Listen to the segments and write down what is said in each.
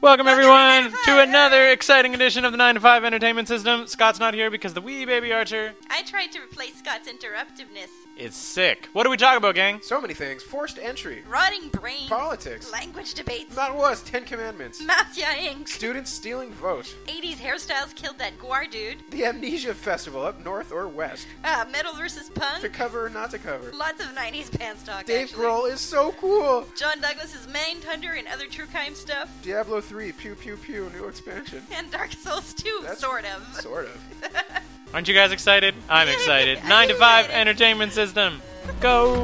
Welcome everyone to another exciting edition of the 9 to 5 Entertainment System. Scott's not here because the wee baby archer I tried to replace Scott's interruptiveness. is sick. What do we talk about, gang? So many things. Forced entry. Rotting brains. Politics. Language debates. That was Ten Commandments. Mafia Inc. Students stealing vote. 80s hairstyles killed that Guar dude. The Amnesia Festival up north or west. Uh, metal versus To punk. cover or not to cover. Lots of 90s pants talk. Dave actually. Grohl is so cool. John Douglas's Mindhunter and other true crime stuff. Diablo 3, pew pew pew, new expansion. And Dark Souls 2, That's- sort of. Sort of. Aren't you guys excited? I'm excited. 9 to 5 Entertainment System. Go!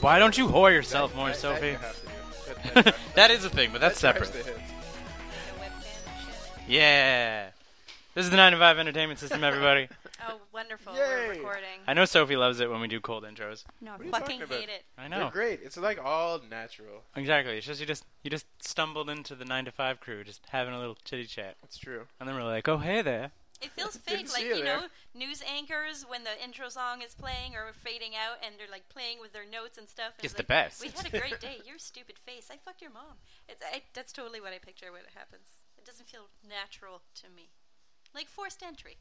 Why don't you whore yourself more, I- I Sophie? have to do it. That- that- that is a thing, but that's that drives separate. the hits. Yeah. This is the 9 to 5 Entertainment System, everybody. Oh, wonderful. Yay. We're recording. I know Sophie loves it when we do cold intros. No, are you I fucking talking about? hate it. I They're know. great. It's like all natural. Exactly. It's just you just you just stumbled into the 9 to 5 crew just having a little chitty chat. It's true. And then we're like, "Oh, hey there." It feels fake, Didn't see like, you you there. know, news anchors when the intro song is playing or fading out and they're like playing with their notes and stuff. and It's the like, best. We had a great day. Your stupid face. I fucked your mom. It's, I, that's totally what I picture when it happens. It doesn't feel natural to me. Like forced entry.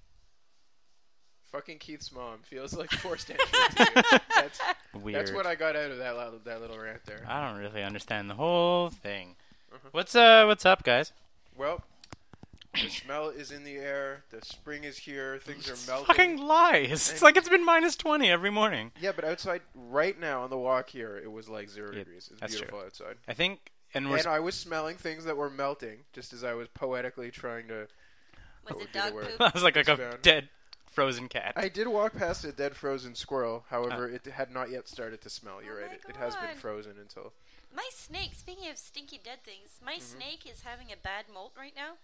Fucking Keith's mom feels like forced entry. to you. That's, Weird. that's what I got out of that little, that little rant there. I don't really understand the whole thing. Uh-huh. What's uh what's up, guys? Well, the smell is in the air. The spring is here. Things are melting. Fucking lies. It's like it's been minus 20 every morning. Yeah, but outside right now on the walk here, it was like zero Yeah, degrees. It's that's true. beautiful outside. I think and we're And I was smelling things that were melting, just as I was poetically trying to. Was What it would be the dog word? poop? I was like like a Expand. dead frozen cat. I did walk past a dead frozen squirrel. However, Ah. it had not yet started to smell. You're Oh right. my It, it has been God. frozen until. My snake, speaking of stinky dead things, my Mm-hmm. snake is having a bad molt right now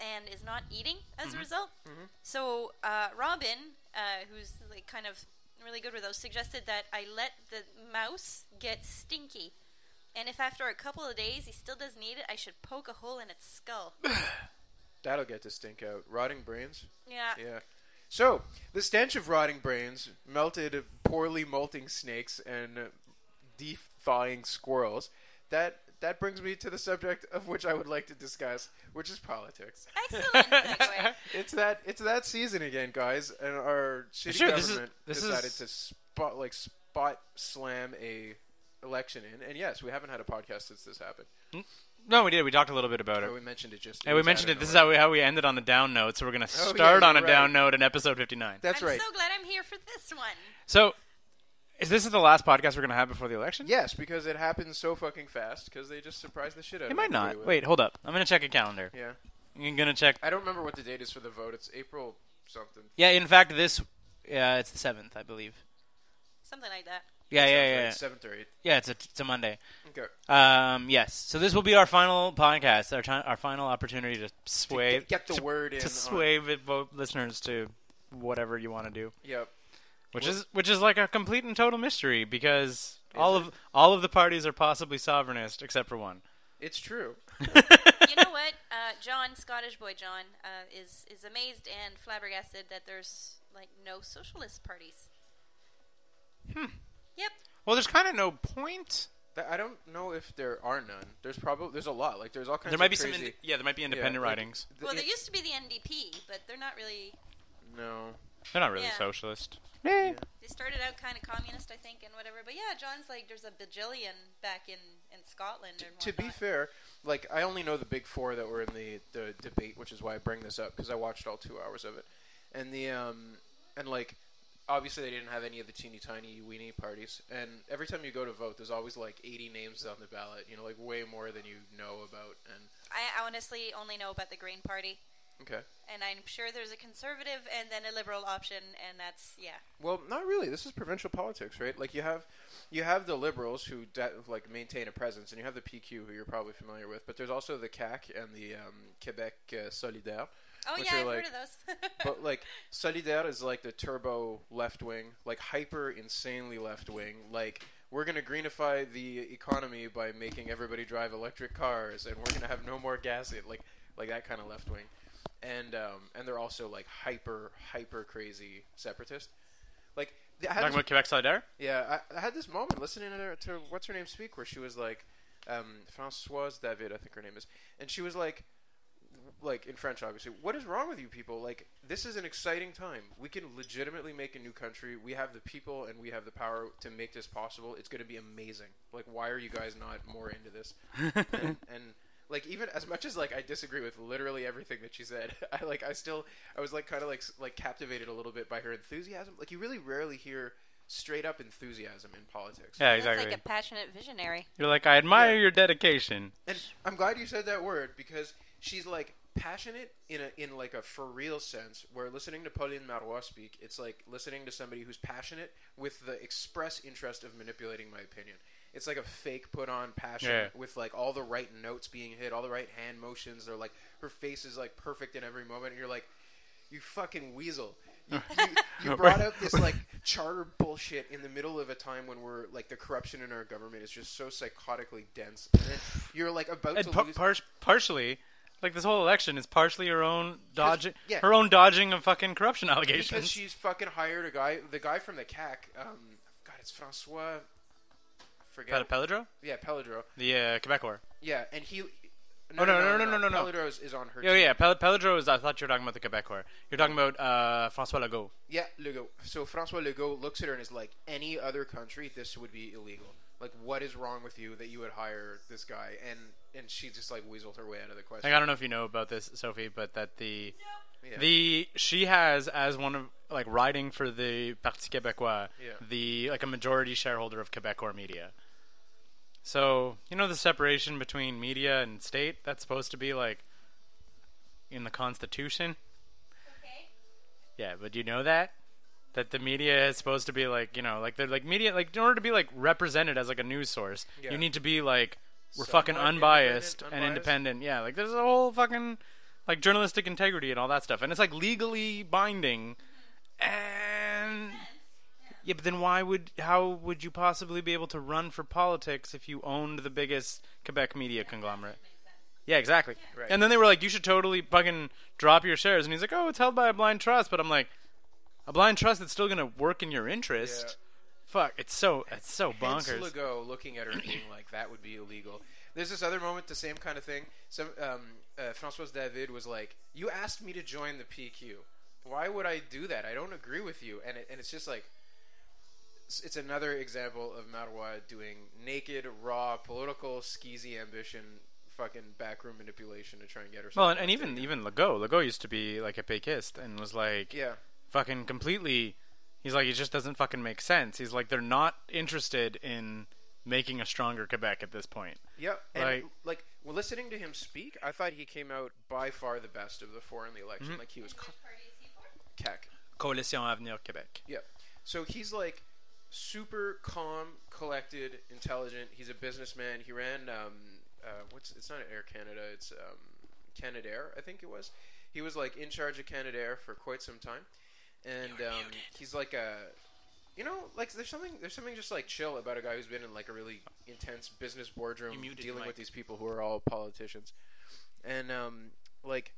and is not eating as Mm-hmm. a result. So, uh, Robin, uh, who's like kind of really good with those, suggested that I let the mouse get stinky. And if after a couple of days he still doesn't eat it, I should poke a hole in its skull. That'll get to stink out. Rotting brains? Yeah. Yeah. So, the stench of rotting brains, melted, poorly molting snakes, and uh, defying squirrels. That. That brings me to the subject of which I would like to discuss, which is politics. Excellent segue. It's that it's that season again, guys, and our city Sure, this is- government this is- decided to spot like spot slam a election in. And yes, we haven't had a podcast since this happened. No, we did. We talked a little bit about it. But we mentioned it just. And we mentioned it. This is how we how we ended on a down note. So we're gonna yeah, start you're on a right. down note in episode fifty nine. That's I'm right. so glad I'm here for this one. So, is this the last podcast we're gonna have before the election? yes, because it happens so fucking fast. Because they just surprised the shit out. It of might everybody not. with- Wait, hold up. I'm gonna check a calendar. Yeah, I'm gonna check. I don't remember what the date is for the vote. It's April something. Yeah, in fact, this. Yeah, it's the seventh, I believe. Something like that. Yeah, yeah, yeah, yeah. Seventh or eighth. Yeah, it's a it's a Monday. Okay. Um, yes. So this will be our final podcast. Our ti- our final opportunity to sway Get, get the to, word in. to on- sway the vote listeners to whatever you want to do. Yep. which is which is like a complete and total mystery because all of all of the parties are possibly sovereignist except for one. It's true. you know what? Uh, John, Scottish boy John, uh, is is amazed and flabbergasted that there's like no socialist parties. Hmm. Yep. well, there's kind of no point. Th- I don't know if there are none. There's probably there's a lot. Like there's all kinds. There might of be some. crazy- ind- yeah, there might be independent like, writings. th- Well, it- there used to be the NDP, but they're not really. No. They're not really yeah. socialist. They started out kind of communist, I think, and whatever. But yeah, John's like, there's a bajillion back in in Scotland. and To be whatnot. fair, like I only know the big four that were in the, the debate, which is why I bring this up because I watched all two hours of it, and the um and like obviously they didn't have any of the teeny tiny weeny parties, and every time you go to vote, there's always like 80 names on the ballot, you know, like way more than you know about honestly only know about the Green Party, Okay. and I'm sure there's a conservative and then a liberal option, and that's yeah. Well, not really. This is provincial politics, right? Like you have, you have the liberals who de- like maintain a presence, and you have the PQ who you're probably familiar with. But there's also the CAC and the um, Quebec uh, Solidaire. Oh which yeah, are I've like, heard of those. but like Solidaire is like the turbo left wing, like hyper insanely left wing. Like we're gonna greenify the economy by making everybody drive electric cars, and we're gonna have no more gas. It like like that kind of left wing, and um, and they're also like hyper hyper crazy separatist. Like th- I had Talking this- about Quebec Solidaire? yeah, I, I had this moment listening to, her, to what's her name speak, where she was like, um, Françoise David, I think her name is, and she was like, like in French, obviously, what is wrong with you people? Like, this is an exciting time. We can legitimately make a new country. We have the people and we have the power to make this possible. It's going to be amazing. Like, why are you guys not more into this? and, and like even as much as like I disagree with literally everything that she said, I like I still I was like kind of like s- like captivated a little bit by her enthusiasm. Like you really rarely hear straight up enthusiasm in politics. Yeah, That's exactly. like a passionate visionary. You're like, I admire Yeah. your dedication. And I'm glad you said that word because she's like passionate in a in like a for real sense. Where listening to Pauline Marois speak, it's like listening to somebody who's passionate with the express interest of manipulating my opinion. It's like a fake put on passion Yeah. with like all the right notes being hit, all the right hand motions. They're like her face is like perfect in every moment, and you're like, you fucking weasel. You, you, you brought up this like charter bullshit in the middle of a time when we're like the corruption in our government is just so psychotically dense. And then you're like about And to par- lose. par- partially, like this whole election is partially her own dodging, yeah. her own dodging of fucking corruption because allegations. she's fucking hired a guy, the guy from the CAC. Um, God, it's Francois. Forget. Pat- Pelledro, yeah, Pelledro. the uh, Quebec War. Yeah, and he. Oh, no, no, no, no, no, no. Pelledro is, is on her. Oh team. yeah, Pel- Pelledro is. I thought you were talking about the Quebec War. You're talking about uh, François Legault. Yeah, Legault. So Francois Legault looks at her and is like, any other country, this would be illegal. Like, what is wrong with you that you would hire this guy? And and she just like weaseled her way out of the question. Like I don't know if you know about this, Sophie, but that the Yeah. the she has as one of like riding for the Parti Québécois, Yeah. the like a majority shareholder of Quebecor media. So you know the separation between media and state that's supposed to be like in the Constitution. Okay. Yeah, but do you know that? That the media is supposed to be like, you know, like they're like media, like in order to be like represented as like a news source, Yeah. you need to be like we're Somewhat fucking unbiased, independent, and unbiased. independent. Yeah, like there's a whole fucking like journalistic integrity and all that stuff, and it's like legally binding. And yeah, but then why would how would you possibly be able to run for politics if you owned the biggest Quebec media conglomerate? Yeah, exactly. Right. And then they were like, "You should totally fucking drop your shares." And he's like, "Oh, it's held by a blind trust." But I'm like, "A blind trust that's still gonna work in your interest." Yeah. Fuck, it's so it's so Hence bonkers. Legault looking at her and being like, that would be illegal. There's this other moment, the same kind of thing. Some um, uh, Francoise David was like, "You asked me to join the PQ. Why would I do that? I don't agree with you." And it, and it's just like, it's, it's another example of Marwa doing naked, raw, political, skeezy ambition, fucking backroom manipulation to try and get herself. well, and, and elected. even even Legault, Legault used to be like a Péquiste and was like, yeah, fucking completely. He's like, it just doesn't fucking make sense. He's like, they're not interested in making a stronger Quebec at this point. yeah, and like, Like- well, listening to him speak, I thought he came out by far the best of the four in the election. Like he was co- keck. Coalition Avenir Québec. Yeah. So he's like super calm, collected, intelligent. He's a businessman. He ran um, uh, what's it's not Air Canada. It's um, Canadair, I think it was. He was like in charge of Canadair for quite some time, and um, he's like a. You know, like there's something there's something just like chill about a guy who's been in like a really intense business boardroom You muted your dealing mic. with these people who are all politicians, and um, like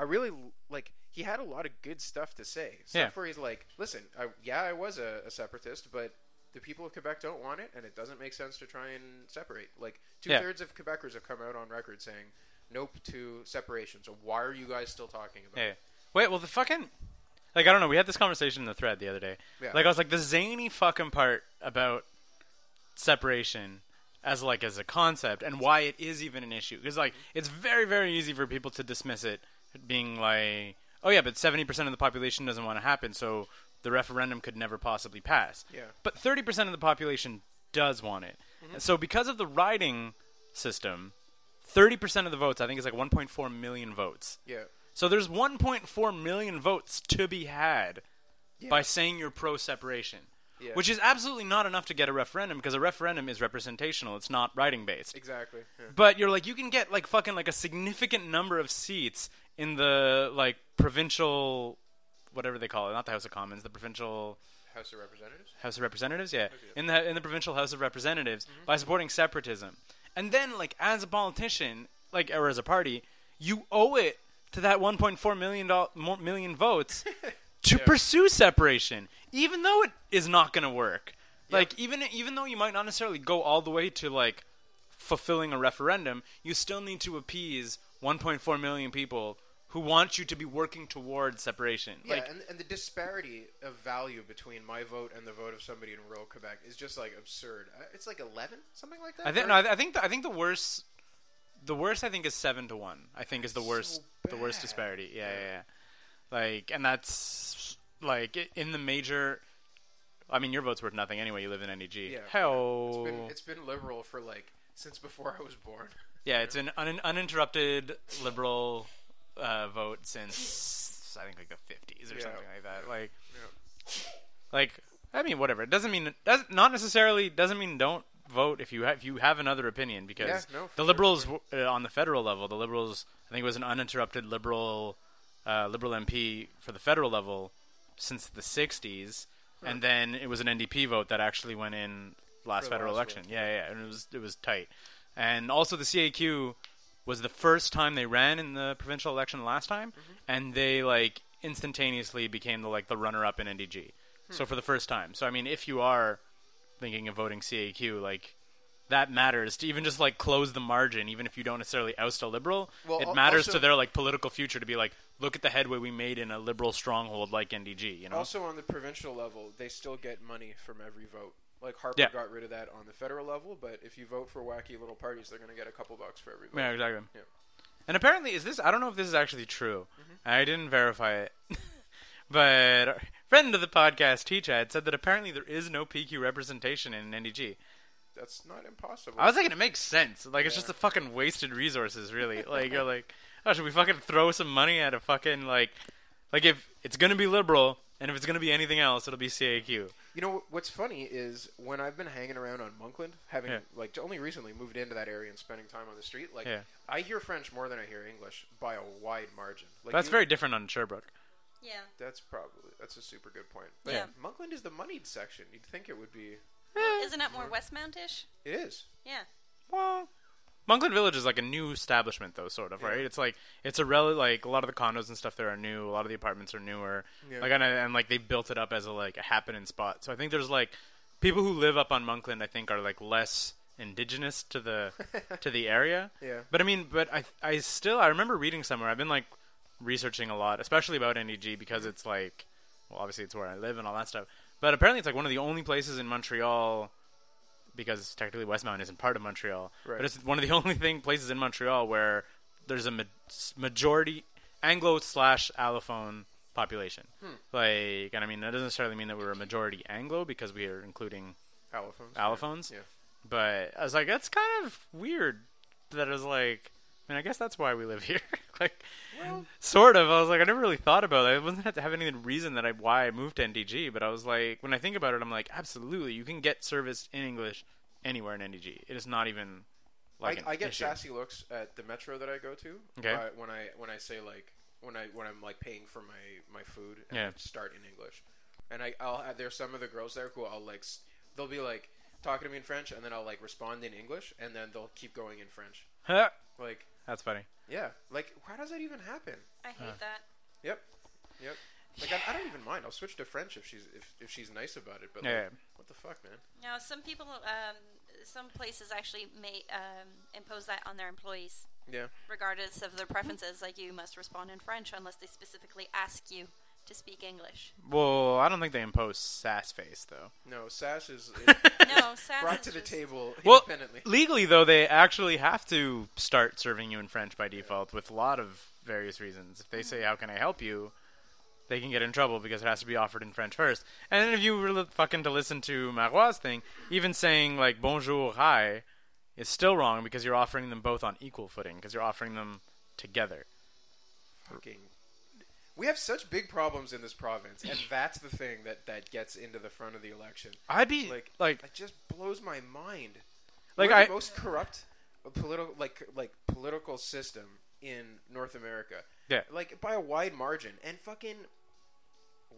I really l- like. He had a lot of good stuff to say. Stuff Yeah. where he's like, "Listen, I, yeah, I was a, a separatist, but the people of Quebec don't want it, and it doesn't make sense to try and separate." Like two Yeah. thirds of Quebecers have come out on record saying, "Nope to separation." So why are you guys still talking about Yeah. it? Wait, well, the fucking. Like, I don't know. We had this conversation in the thread the other day. Yeah. Like, I was like, the zany fucking part about separation as like as a concept and why it is even an issue because like it's very very easy for people to dismiss it being like oh yeah but 70% of the population doesn't want to happen so the referendum could never possibly pass Yeah. Mm-hmm. but 30% of the population does want it so because of the riding system Thirty percent of the votes, I think, is like 1.4 million votes. Yeah. So there's 1.4 million votes to be had Yeah. by saying you're pro separation, Yeah. which is absolutely not enough to get a referendum because a referendum is representational. It's not writing based. exactly. Yeah. But you're like you can get like fucking like a significant number of seats in the like provincial whatever they call it, not the House of Commons, the provincial House of Representatives. House of Representatives, yeah, yeah. in the in the provincial House of Representatives by supporting separatism. And then like as a politician, like or as a party, you owe it to that 1.4 million doll- mo- million votes to pursue separation, even though it is not going to work. Like even even though you might not necessarily go all the way to like fulfilling a referendum, you still need to appease 1.4 million people who want you to be working towards separation. Yeah, like and, and the disparity of value between my vote and the vote of somebody in rural Quebec is just like absurd. Uh, It's like eleven, something like that. I think right? no, I, I think the, I think the worst, the worst I think is seven to one. I think is the worst, the worst bad. disparity. Yeah, yeah, yeah. Like, and that's like i- in the major. I mean, your vote's worth nothing anyway. You live in NEG. Yeah, yeah. Hell. It's been, it's been liberal for like since before I was born. yeah, it's an un- uninterrupted liberal uh, vote since I think like the fifties or Yeah. something like that. Like, Yeah. like I mean, whatever. It doesn't mean does not necessarily doesn't mean don't vote if you have if you have another opinion because Yeah, no, for the sure, liberals w uh, on the federal level, the liberals I think it was an uninterrupted liberal uh, liberal MP for the federal level since the '60s, and then it was an NDP vote that actually went in last the federal last election. Yeah, yeah, and it was it was tight, and also the CAQ was the first time they ran in the provincial election last time, Mm-hmm. and they like instantaneously became the like the runner up in NDG. Hmm. So for the first time, so I mean, if you are thinking of voting CAQ, like that matters to even just like close the margin, even if you don't necessarily oust a liberal. Well, it al- matters to also- their like political future to be like, look at the headway we made in a liberal stronghold like NDG. You know, Also, on the provincial level, they still get money from every vote. Like Harper Yeah. got rid of that on the federal level, but if you vote for wacky little parties, they're going to get a couple bucks for every vote. yeah, exactly. Yeah. Mm-hmm. And apparently, is this? I don't know if this is actually true. I didn't verify it, but our friend of the podcast, T Chad, said that apparently there is no PQ representation in NDG. That's not impossible. I was thinking it makes sense. Like it's Yeah. just a fucking wasted resources, really. Like you're like, oh, should we fucking throw some money at a fucking like, like if it's gonna be liberal and if it's gonna be anything else, it'll be CAQ. You know what's funny is when I've been hanging around on Monkland, having Yeah. like only recently moved into that area and spending time on the street, like Yeah. I hear French more than I hear English by a wide margin. Like That's you- very different on Sherbrooke. Yeah. That's probably that's a super good point. But Yeah. Monkland is the moneyed section. You'd think it would be. Isn't that more Westmountish? It is. Yeah. Well, Monkland Village is like a new establishment, though, sort of, Yeah. right? It's like it's a rel like a lot of the condos and stuff there are new. A lot of the apartments are newer. Yeah. Like and, and like they built it up as a like a happening spot. So I think there's like people who live up on Monkland. I think are like less indigenous to the to the area. Yeah. But I mean, but I I still I remember reading somewhere. I've been like researching a lot, especially about NEG because it's like well, obviously it's where I live and all that stuff. But apparently it's like one of the only places in Montreal because technically Westmount isn't part of Montreal, Right. but it's one of the only thing places in Montreal where there's a ma- s- majority Anglo slash Allophone population. Hmm. Like, and I mean that doesn't necessarily mean that we're a majority Anglo because we are including Allophones. allophones. Yeah. But I was like, that's kind of weird. That I was like, I mean, I guess that's why we live here. like, sort of. I was like, I never really thought about it. I wasn't have to have any reason that I why I moved to NDG. But I was like, when I think about it, I'm like, absolutely, you can get service in English anywhere in NDG. It is not even like an I, I get issue. sassy looks at the metro that I go to. Okay. by- when I when I say like when I when I'm like paying for my my food and Yeah. I start in English, and I I'll there's some of the girls there who I'll like s- they'll be like talking to me in French and then I'll like respond in English and then they'll keep going in French. Huh. Like that's funny. yeah, like how does that even happen? I hate that. Yep, yep. Like I, I don't even mind. I'll switch to French if she's if, if she's nice about it. But like, Yeah. what the fuck, man? Now, some people, um, some places actually may um, impose that on their employees, Yeah. regardless of their preferences. Like, you must respond in French unless they specifically ask you to speak English. Well, I don't think they impose sass face though. No, sass is No, sass brought is to the just- table Well, independently. legally though, they actually have to start serving you in French by default with a lot of various reasons. If they say, "How can I help you?" they can get in trouble because it has to be offered in French first. And then if you were li- fucking to listen to Marois' thing, even saying like "bonjour," "hi," is still wrong because you're offering them both on equal footing because you're offering them together. Fucking. We have such big problems in this province, and that's the thing that, that gets into the front of the election. I'd be Like, like it just blows my mind. like, We're I the most corrupt uh, political like like political system in North America. Yeah. like by a wide margin, and fucking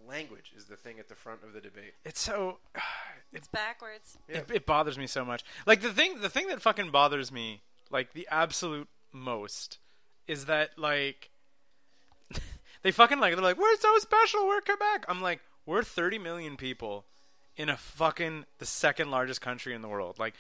language is the thing at the front of the debate. it's so It's backwards. Yeah. It, it bothers me so much. Like the thing, the thing that fucking bothers me, like the absolute most, is that like they fucking like they're like we're so special, we're Quebec. I'm like we're 30 million people in a fucking the second largest country in the world. Like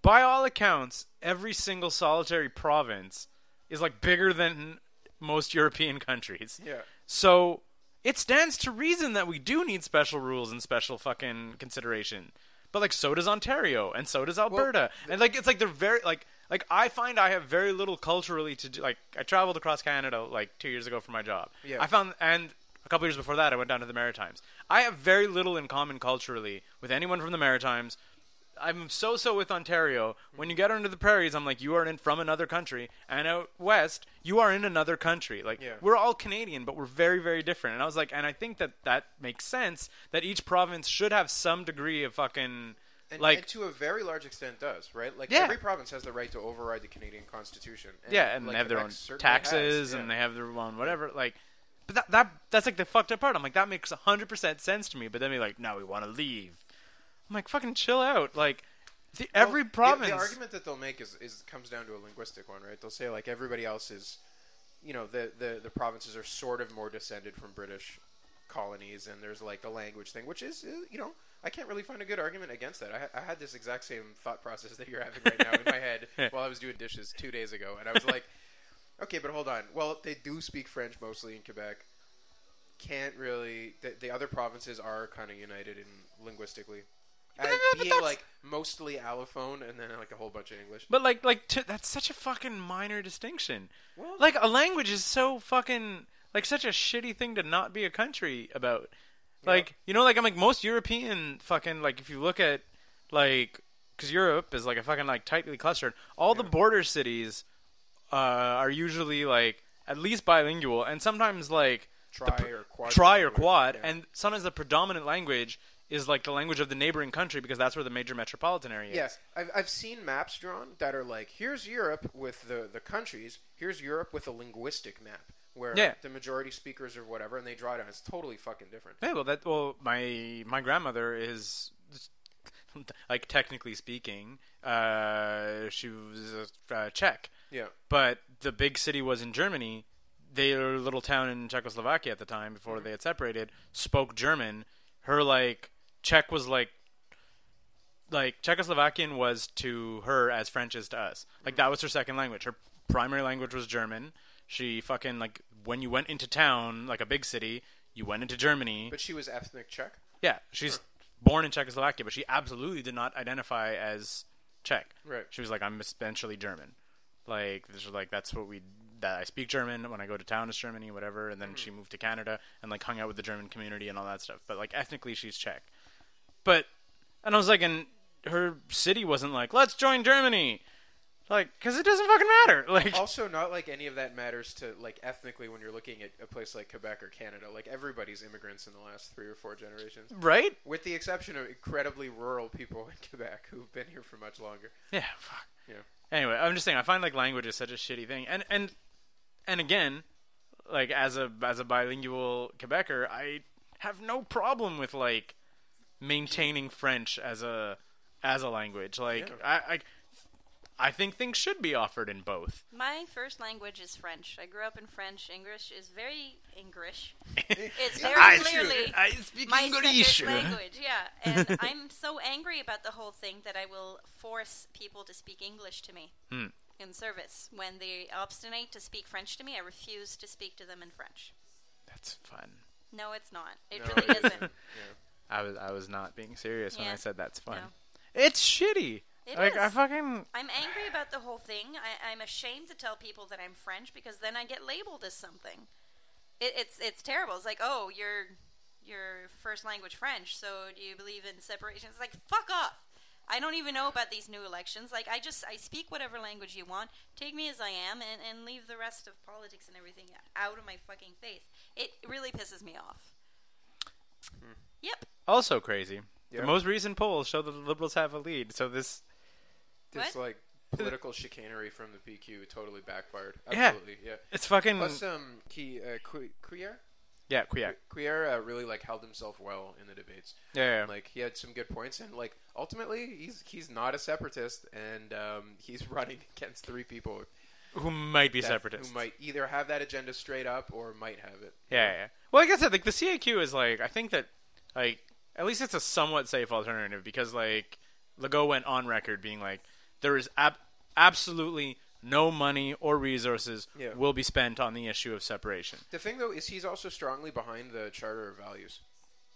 by all accounts, every single solitary province is like bigger than most European countries. Yeah. So it stands to reason that we do need special rules and special fucking consideration. But like so does Ontario and so does Alberta. and like it's like they're very like like I find I have very little culturally to do like I traveled across Canada like 2 years ago for my job. Yeah. I found and a couple years before that I went down to the Maritimes. I have very little in common culturally with anyone from the Maritimes. I'm so so with Ontario. When you get into the prairies, I'm like, you are in from another country, and out west, you are in another country. Like Yeah. we're all Canadian, but we're very very different. And I was like, and I think that that makes sense that each province should have some degree of fucking And, like and to a very large extent does right. Like Yeah. every province has the right to override the Canadian Constitution. yeah, and like, they have their Quebec own certainly taxes has, yeah. and they have their own whatever. Like, but that that that's like the fucked up part. I'm like, that makes hundred percent sense to me. But then they're like, no, we want to leave. I'm like, fucking chill out. Like, the, every Well, the- province. The, argument that they'll make is, is comes down to a linguistic one, right? They'll say like everybody else is, you know, the, the the provinces are sort of more descended from British colonies, and there's like the language thing, which is uh, you know. I can't really find a good argument against that. I, ha- I had this exact same thought process that you're having right now in my head while I was doing dishes two days ago, and I was like, okay, but hold on. Well, they do speak French mostly in Quebec. Can't really. The, the other provinces are kind of united in linguistically, as no, but being that's- like mostly allophone and then like a whole bunch of English. But like, like t- that's such a fucking minor distinction. Well- like a language is so fucking like such a shitty thing to not be a country about. Like you know, like I'm like most European fucking like if you look at like because Europe is like a fucking like tightly clustered. All the border cities uh, are usually like at least bilingual and sometimes like the Tri pr- or quad tri or language, quad, yeah. and sometimes the predominant language is like the language of the neighboring country because that's where the major metropolitan area is. Yes, I've, I've seen maps drawn that are like here's Europe with the the countries, here's Europe with a linguistic map where Yeah. the majority speakers or whatever, and they draw it on. It's totally fucking different. Yeah, well, that well, my my grandmother is like technically speaking, uh, she was uh, Czech, Yeah, but the big city was in Germany. Their little town in Czechoslovakia at the time, before they had separated, spoke German. Her like Czech was like like Czechoslovakian was to her as French is to us. Like that was her second language. Her primary language was German. She fucking like when you went into town, like a big city, you went into Germany. but she was ethnic Czech. Yeah, she's born in Czechoslovakia, but she absolutely did not identify as Czech. Right. She was like, I'm essentially German. Like, this is like that's what we that I speak German when I go to town. It's Germany, whatever. And then she moved to Canada and like hung out with the German community and all that stuff. But like ethnically, she's Czech. But and I was like, and her city wasn't like, let's join Germany. Like, because it doesn't fucking matter. Like, Also, not like any of that matters to like ethnically when you're looking at a place like Quebec or Canada. Like everybody's immigrants in the last three or four generations, right? with the exception of incredibly rural people in Quebec who've been here for much longer. Yeah. Fuck. Yeah. anyway, I'm just saying I find like language is such a shitty thing, and and and again, like as a as a bilingual Quebecer, I have no problem with like maintaining French as a as a language. Like I, I I think things should be offered in both. My first language is French. I grew up in French. English is very English. It's very I- clearly I speak my English. second language. Yeah, and I'm so angry about the whole thing that I will force people to speak English to me in service. When they obstinate to speak French to me, I refuse to speak to them in French. That's fun. No, it's not. It No, really it isn't. isn't. I was I was not being serious when Yeah. I said that's fun. No. It's shitty. It like I is. fucking I'm angry about the whole thing. I, I'm ashamed to tell people that I'm French because then I get labeled as something. It, it's it's terrible. It's like, oh, you're your first language French, so do you believe in separation? It's like, fuck off. I don't even know about these new elections. Like, I just I speak whatever language you want. Take me as I am, and, and leave the rest of politics and everything out of my fucking face. It really pisses me off. Yep. Also crazy. Yeah. The most recent polls show that the liberals have a lead. So this, It's What? like political chicanery from the PQ totally backfired. Yeah. Absolutely, yeah. it's fucking Plus, um, he, uh, Qui- Cuellar? yeah, yeah, Cuellar, uh, really like held himself well in the debates. yeah, yeah. Like he had some good points, and like ultimately, he's he's not a separatist, and um, he's running against three people who might be that- separatists. who might either have that agenda straight up or might have it. Yeah, yeah. Well, like I said, like the CAQ is like I think that like at least it's a somewhat safe alternative because like Legault went on record being like there is ab- absolutely no money or resources Yeah. will be spent on the issue of separation. The thing though is he's also strongly behind the Charter of Values,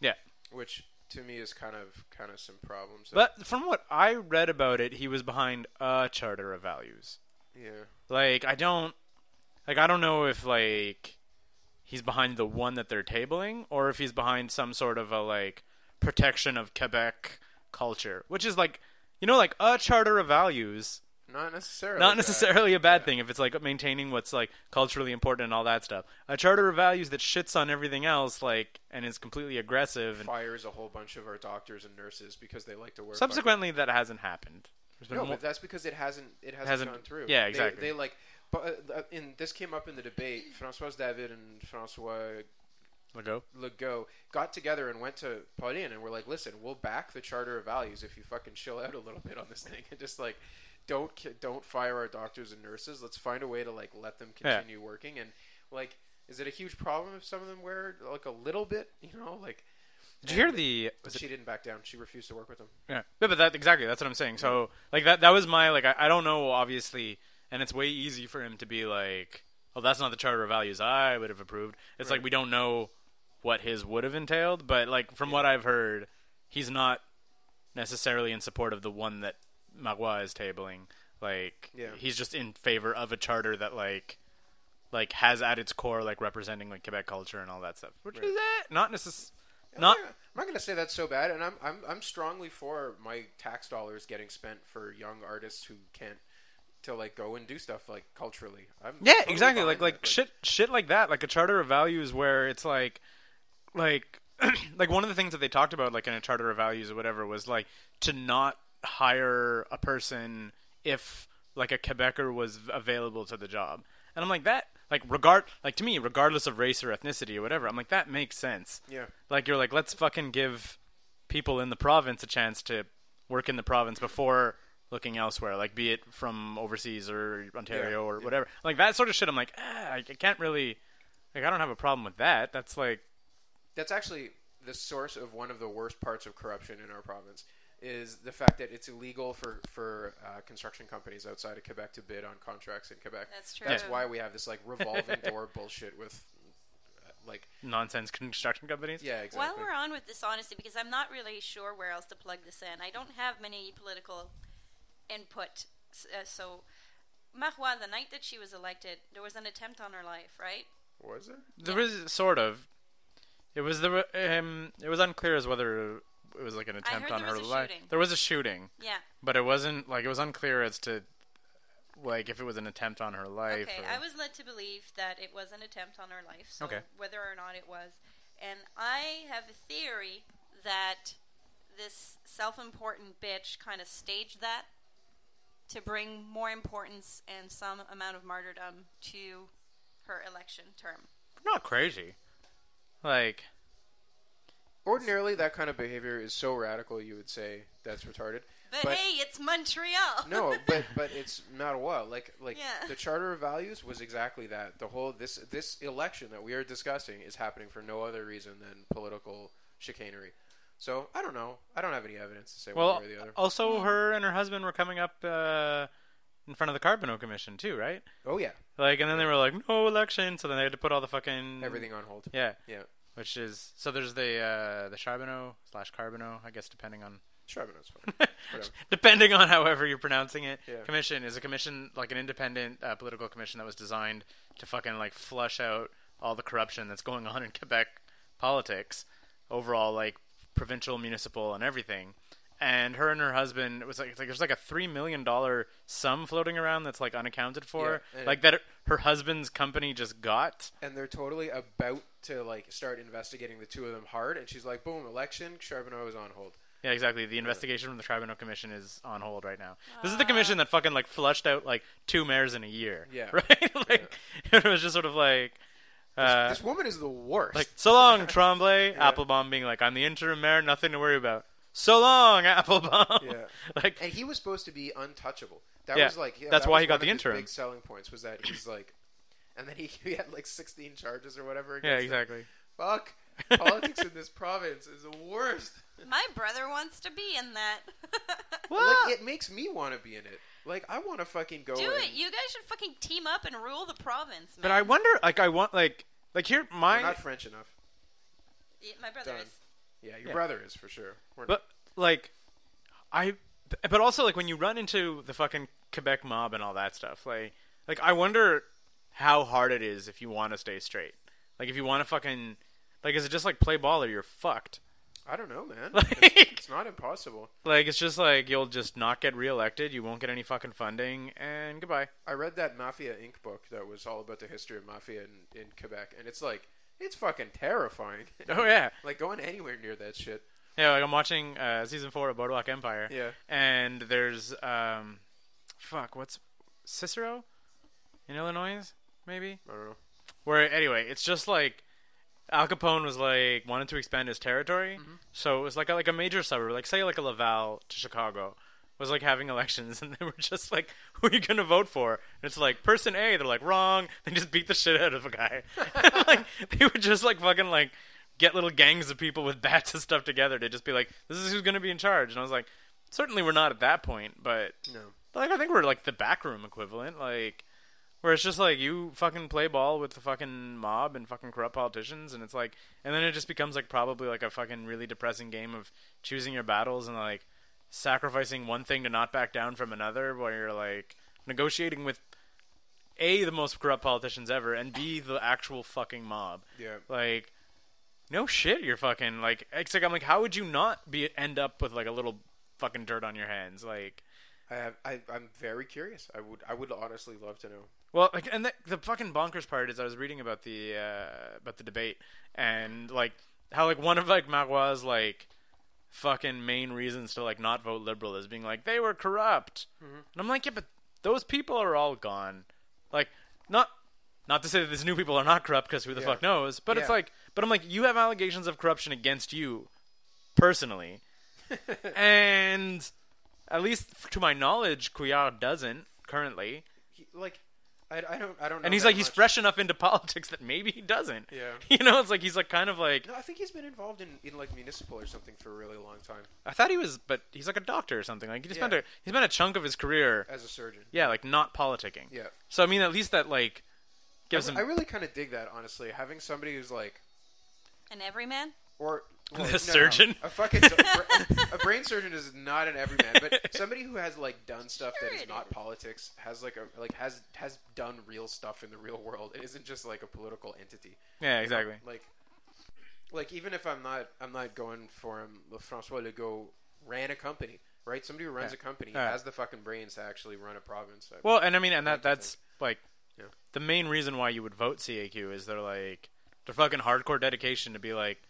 Yeah. which to me is kind of kind of some problems. But from what I read about it, he was behind a charter of values. yeah, Like I don't like I don't know if like he's behind the one that they're tabling or if he's behind some sort of a like protection of Quebec culture, which is like you know like a charter of values, not necessarily. not bad. necessarily a bad Yeah. thing if it's like maintaining what's like culturally important and all that stuff. A charter of values that shits on everything else like and is completely aggressive and Fires a whole bunch of our doctors and nurses because they like to work. subsequently that hasn't happened. There's been No, mo- but that's because it hasn't it hasn't, Hasn't- gone through. yeah, They- exactly. They, like, but uh, in this came up in the debate. Francoise David and Francois Legault. Legault got together and went to Pauline and were like, "Listen, we'll back the Charter of Values if you fucking chill out a little bit on this thing and just like don't ki- don't fire our doctors and nurses. Let's find a way to like let them Yeah. continue working and like." Is it a huge problem if some of them wear like a little bit? You know, like Did you hear the was it she didn't back down. She refused to work with them. Yeah. yeah, but that exactly that's what I'm saying. So like that that was my like I, I don't know obviously, and it's way easy for him to be like, oh that's not the charter of values I would have approved. It's like we don't know what his would have entailed, but like from what I've heard, he's not necessarily in support of the one that Magua is tabling. Like Yeah. he's just in favor of a charter that like like has at its core like representing like Quebec culture and all that stuff, which Right. is eh, not necess not I'm not going to say that's so bad, and I'm, I'm I'm strongly for my tax dollars getting spent for young artists who can't to like go and do stuff like culturally. I'm Yeah, totally exactly. behind Like that, like shit shit like that, like a charter of values where it's like like like one of the things that they talked about like in a charter of values or whatever was like to not hire a person if like a Quebecer was v- available to the job. And I'm like that like regard like to me regardless of race or ethnicity or whatever. I'm like that makes sense. Yeah. Like you're like let's fucking give people in the province a chance to work in the province before looking elsewhere, like be it from overseas or Ontario Yeah, or yeah. whatever. Like that sort of shit. I'm like, ah, I I can't really. Like I don't have a problem with that. That's like, That's actually the source of one of the worst parts of corruption in our province is the fact that it's illegal for for uh, construction companies outside of Quebec to bid on contracts in Quebec. That's That's true. why we have this like revolving door bullshit with uh, like nonsense construction companies. yeah exactly. While we're on with this honesty, because I'm not really sure where else to plug this in, I don't have many political input. s- Uh, so, Mahwa, the night that she was elected, there was an attempt on her life, right? Was it? There was sort of. It was the um. It was unclear as whether it was like an attempt heard on there her was a life. shooting. There was a shooting, Yeah. but it wasn't like it was unclear as to like if it was an attempt on her life. Okay, or- I was led to believe that it was an attempt on her life, so Okay. whether or not it was. And I have a theory that this self important bitch kind of staged that to bring more importance and some amount of martyrdom to her election term. not crazy. Like Ordinarily, that kind of behavior is so radical you would say that's retarded. But, But- hey, it's Montreal! no, but but it's not a while. Like like Yeah. the Charter of Values was exactly that. The whole this this election that we are discussing is happening for no other reason than political chicanery. So I don't know. I don't have any evidence to say Well, uh, one way or the other. also her and her husband were coming up uh, in front of the Carbonneau Commission too, right? Oh yeah, Like, and then they were like, "No election," so then they had to put all the fucking everything on hold. mm. Yeah, Yeah, which is so. There's the uh, the Charbonneau slash Carbonneau, I guess, depending on Charbonneau's fine. Whatever. depending on however you're pronouncing it. Yeah. Commission is a commission like an independent uh, political commission that was designed to fucking like flush out all the corruption that's going on in Quebec politics, overall like provincial, municipal, and everything. and her and her husband it was like it's like there's like a three million dollar sum floating around that's like unaccounted for, Yeah, and- like that her husband's company just got. and they're totally about to like start investigating the two of them hard. And she's like, "Boom, election. Charbonneau is on hold." Yeah, exactly. The investigation from the Tribunal Commission is on hold right now. This Ah. is the commission that fucking like flushed out like two mayors in a year. Yeah. right. like it was just sort of like. Uh, this woman is the worst. Like, so long, Tremblay. Applebaum being like, I'm the interim mayor, nothing to worry about. So long, Applebaum. Yeah. like, and he was supposed to be untouchable. That Yeah, was like yeah, that's that why was he got one the of his interim. Big selling points was that he's like, and then he, he had like 16 charges or whatever. yeah, against him. exactly. Fuck, politics in this province is the worst. My brother wants to be in that. Like it makes me want to be in it. Like I want to fucking go. Do and- it. You guys should fucking team up and rule the province, man. But I wonder, like, I want, like, like here, We're my, not French enough. Yeah, my brother Done. is. Yeah, your Yeah. brother is for sure. We're but like, I, but also like when you run into the fucking Quebec mob and all that stuff, like, like I wonder how hard it is if you want to stay straight. Like, if you want to fucking, like, is it just like play ball or you're fucked? I don't know, man. Like- it's, it's not impossible. Like, it's just like you'll just not get reelected, you won't get any fucking funding, and goodbye. I read that Mafia Inc. book that was all about the history of mafia in, in Quebec, and it's like it's fucking terrifying. Oh yeah, like going anywhere near that shit. yeah. Like I'm watching uh, season four of Boardwalk Empire. Yeah. and there's um, fuck, what's Cicero in Illinois? Maybe I don't know. where anyway, it's just like Al Capone was like wanted to expand his territory, so it was like a, like a major suburb, like say like a Laval to Chicago, was like having elections, and they were just like, "Who are you gonna vote for?" And it's like person A, they're like wrong, they just beat the shit out of a guy, like they would just like fucking like get little gangs of people with bats and stuff together to just be like, "This is who's gonna be in charge," and I was like, "Certainly we're not at that point, but." No. Like I think we're like the backroom equivalent, like where it's just like you fucking play ball with the fucking mob and fucking corrupt politicians, and it's like, and then it just becomes like probably like a fucking really depressing game of choosing your battles and like sacrificing one thing to not back down from another, where you're like negotiating with a the most corrupt politicians ever and b the actual fucking mob. Yeah. Like no shit, you're fucking like. It's like I'm like, how would you not be end up with like a little fucking dirt on your hands, like. I have. I, I'm very curious. I would. I would honestly love to know. Well, like, and the, the fucking bonkers part is I was reading about the uh, about the debate and like how like one of like Marois like fucking main reasons to like not vote liberal is being like they were corrupt, Mm-hmm. and I'm like, yeah, but those people are all gone. Like, not not to say that these new people are not corrupt because who the Yeah. fuck knows, but it's Yeah. like, but I'm like, you have allegations of corruption against you personally, and at least to my knowledge, Couillard doesn't currently. He, like, I, I don't. I don't. Know And he's that like, he's much. fresh enough into politics that maybe he doesn't. Yeah. You know, it's like he's like kind of like No, I think he's been involved in, in like municipal or something for a really long time I thought he was, but he's like a doctor or something. Like he just Yeah. spent a he spent a chunk of his career, as a surgeon. yeah, like not politicking. Yeah. So I mean, at least that like gives him I really kind of dig that, honestly. Having somebody who's like, An everyman? or well, A no, surgeon? no, a fucking a brain surgeon is not an everyman, but somebody who has like done stuff Sure that is it not politics has like a like has has done real stuff in the real world. It isn't just like a political entity. yeah, exactly. Like, like even if I'm not I'm not going for him, Francois Legault ran a company, right? Somebody who runs Yeah. a company Yeah. has the fucking brains to actually run a province. I- Well, and I mean, and that Like, it's that's like Yeah. the main reason why you would vote CAQ is they're like their fucking hardcore dedication to be like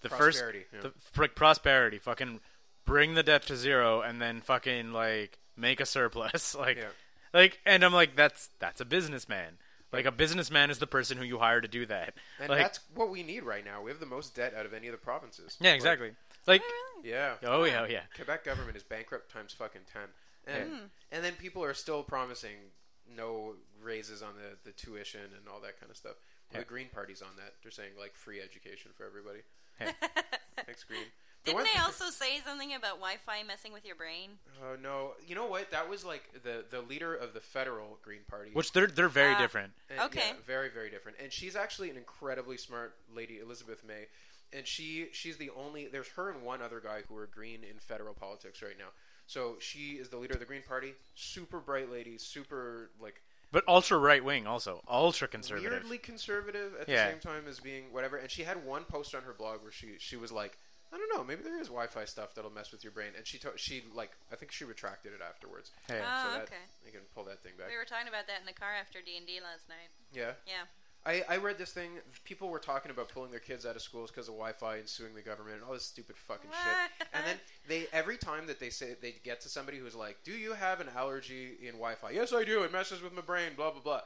the Prosperity, yeah. first the fr- prosperity, fucking bring the debt to zero, and then fucking like make a surplus, like Yeah. like. And I'm like, that's that's a businessman. Like a businessman is the person who you hire to do that. and like, that's what we need right now. We have the most debt out of any of the provinces. yeah, Like, eh, exactly. Like, yeah. oh yeah, oh, yeah. Quebec government is bankrupt times fucking ten, and Hmm. and then people are still promising no raises on the, the tuition and all that kind of stuff. The Green Party's on that. They're saying like free education for everybody. Yeah. Thanks, Green. The Didn't one- they also say something about Wi Fi messing with your brain? Oh no! You know what? That was like the the leader of the federal Green Party. Which they're they're very Ah. Uh, different. And, Okay. yeah, very very different. And she's actually an incredibly smart lady, Elizabeth May. And she she's the only there's her and one other guy who are green in federal politics right now. So she is the leader of the Green Party. Super bright lady, super like But ultra right wing also, ultra conservative. weirdly conservative at Yeah. the same time as being whatever. And she had one post on her blog where she she was like, I don't know. Maybe there is Wi-Fi stuff that'll mess with your brain. And she to- she like I think she retracted it afterwards. Hey. Ah, so that, okay. You can pull that thing back. We were talking about that in the car after D and D last night. Yeah. Yeah. I, I read this thing. People were talking about pulling their kids out of schools because of Wi-Fi and suing the government and all this stupid fucking shit. And then they every time that they say they get to somebody who's like, "Do you have an allergy in Wi-Fi?" Yes, I do. It messes with my brain. Blah blah blah.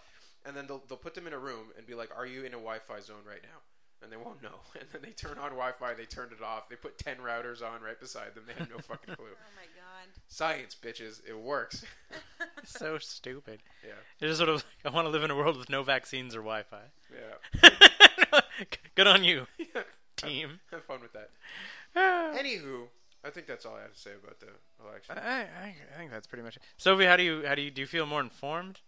And then they'll, they'll put them in a room and be like, "Are you in a Wi-Fi zone right now?" And they won't know. And then they turn on Wi-Fi. They turned it off. They put ten routers on right beside them. They had no fucking clue. Oh my god. Science, bitches. It works. so stupid. yeah. It's just sort of like, I want to live in a world with no vaccines or Wi Fi. Yeah. Good on you, yeah. team. Have fun with that. I, Anywho, I think that's all I have to say about the election. I, I think that's pretty much it. Sophie, how do you how do you do you feel more informed?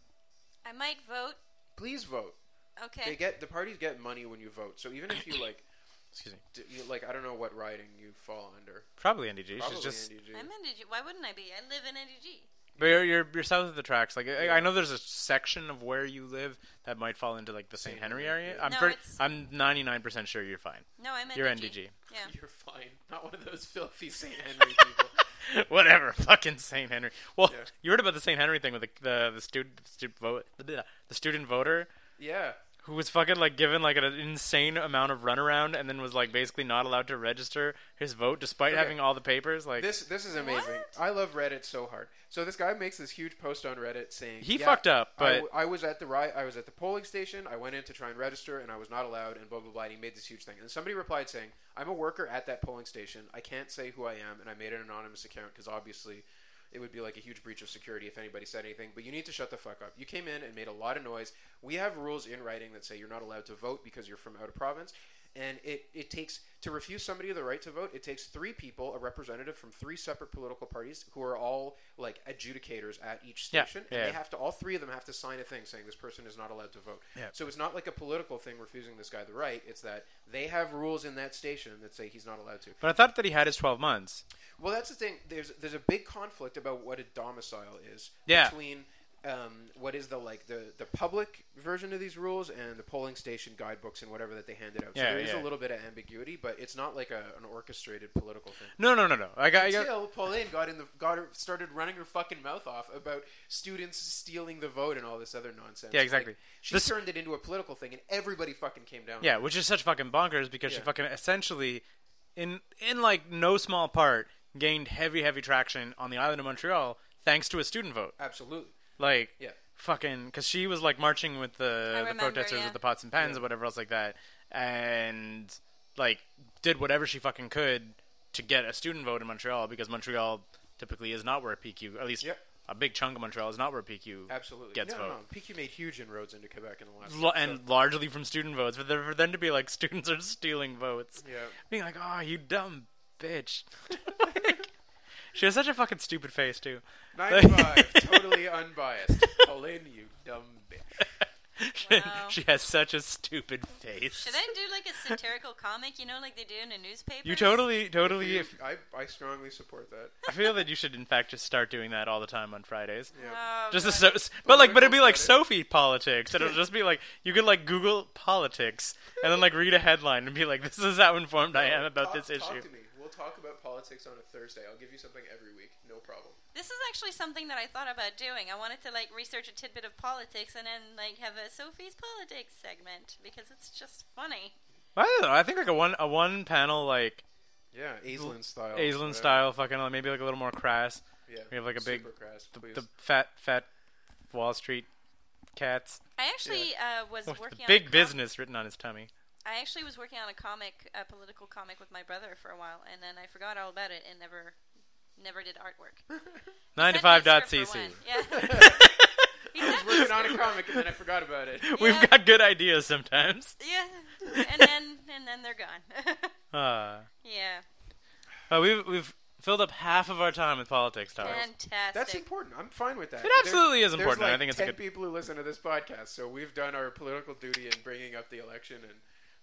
I might vote. Please vote. Okay. They get the parties get money when you vote. So even if you like, Excuse me. d- you, like I don't know what riding you fall under. Probably NDG. She's Probably just NDG. I'm NDG. Why wouldn't I be? I live in NDG. but you're, you're you're south of the tracks. Like I I know there's a section of where you live that might fall into like the St. Saint Henry Henry, area. yeah. I'm No, pre- it's- I'm 99% sure you're fine. No, I'm NDG. You're NDG. Yeah. You're fine. Not one of those filthy St. Henry people. Whatever, fucking St. Henry. Well, Yeah. you heard about the St. Henry thing with the the, the student the student vote the, the student voter Yeah. who was fucking like given like an insane amount of runaround and then was like basically not allowed to register his vote despite Okay. having all the papers. Like This this is amazing. What? I love Reddit so hard. So this guy makes this huge post on Reddit saying He "Yeah, fucked up, I but- w- I, was at the ri- I was at the polling station. I went in to try and register, and I was not allowed. And blah blah blah. And he made this huge thing. And somebody replied saying, "I'm a worker at that polling station. I can't say who I am, and I made an anonymous account because obviously." It would be like a huge breach of security if anybody said anything, but you need to shut the fuck up. You came in and made a lot of noise. We have rules in writing that say you're not allowed to vote because you're from out of province and it, it takes to refuse somebody the right to vote it takes three people a representative from three separate political parties who are all like adjudicators at each Yeah, station yeah. and they have to all three of them have to sign a thing saying this person is not allowed to vote Yeah. so it's not like a political thing refusing this guy the right it's that they have rules in that station that say he's not allowed to but I thought that he had his 12 months. well, that's the thing. There's there's a big conflict about what a domicile is Yeah. between um, what is the like the the public version of these rules and the polling station guidebooks and whatever that they handed out. Yeah, so there is yeah. a little bit of ambiguity, but it's not like a, an orchestrated political thing. No, no, no, no. I got, I got Until Pauline got in the got her, started running her fucking mouth off about students stealing the vote and all this other nonsense. Yeah, exactly. Like, she This- turned it into a political thing, and everybody fucking came down. Yeah, which is such fucking bonkers because she Yeah. fucking essentially, in in like no small part, gained heavy heavy traction on the island of Montreal thanks to a student vote. absolutely. Like, Yeah. fucking, because she was like marching with the the I remember, protesters yeah. with the pots and pans or whatever else like that, and like did whatever she fucking could to get a student vote in Montreal because Montreal typically is not where PQ, at least Yep. a big chunk of Montreal is not where PQ Absolutely. gets no, vote. no, PQ made huge inroads into Quebec in the last. L- and largely from student votes, but there- for them to be like students are stealing votes, Yeah. being like, "Oh, you dumb bitch." Like, she has such a fucking stupid face too. Nine five, totally unbiased. Pauline, you dumb bitch. She- Wow. she has such a stupid face. Should I do like a satirical comic? You know, like they do in a newspaper. You totally, totally. You- If, I, I strongly support that. I feel that you should, in fact, just start doing that all the time on Fridays. Yeah. Oh, Just a God. so, but like, but it'd be like Political Sophie politics, and it'll just be like you could like Google politics and then like read a headline and be like, "This is how informed I am about Talk- this issue." Talk to me. We'll talk about politics on a Thursday. I'll give you something every week. No problem. This is actually something that I thought about doing. I wanted to like research a tidbit of politics and then like have a Sophie's politics segment because it's just funny. I don't know. I think like a one a one panel like Yeah, Aislinn style. Aislinn style, fucking like, maybe like a little more crass. Yeah. We have like a big Super crass, the, please. the fat fat Wall Street cats. I actually uh, was With working the on a big com- business written on his tummy. I actually was working on a comic, a political comic with my brother for a while, and then I forgot all about it and never, never did artwork. Sent me a script 95.cc. for one. Yeah. He I was sent me working on a comic and then I forgot about it. We've Yeah. got good ideas sometimes. Yeah, and then and then they're gone. Uh, yeah, uh, we've we've filled up half of our time with politics topics. fantastic. That's important. I'm fine with that. It absolutely is important, and There's like I think it's a 10 good- people who listen to this podcast, so we've done our political duty in bringing up the election and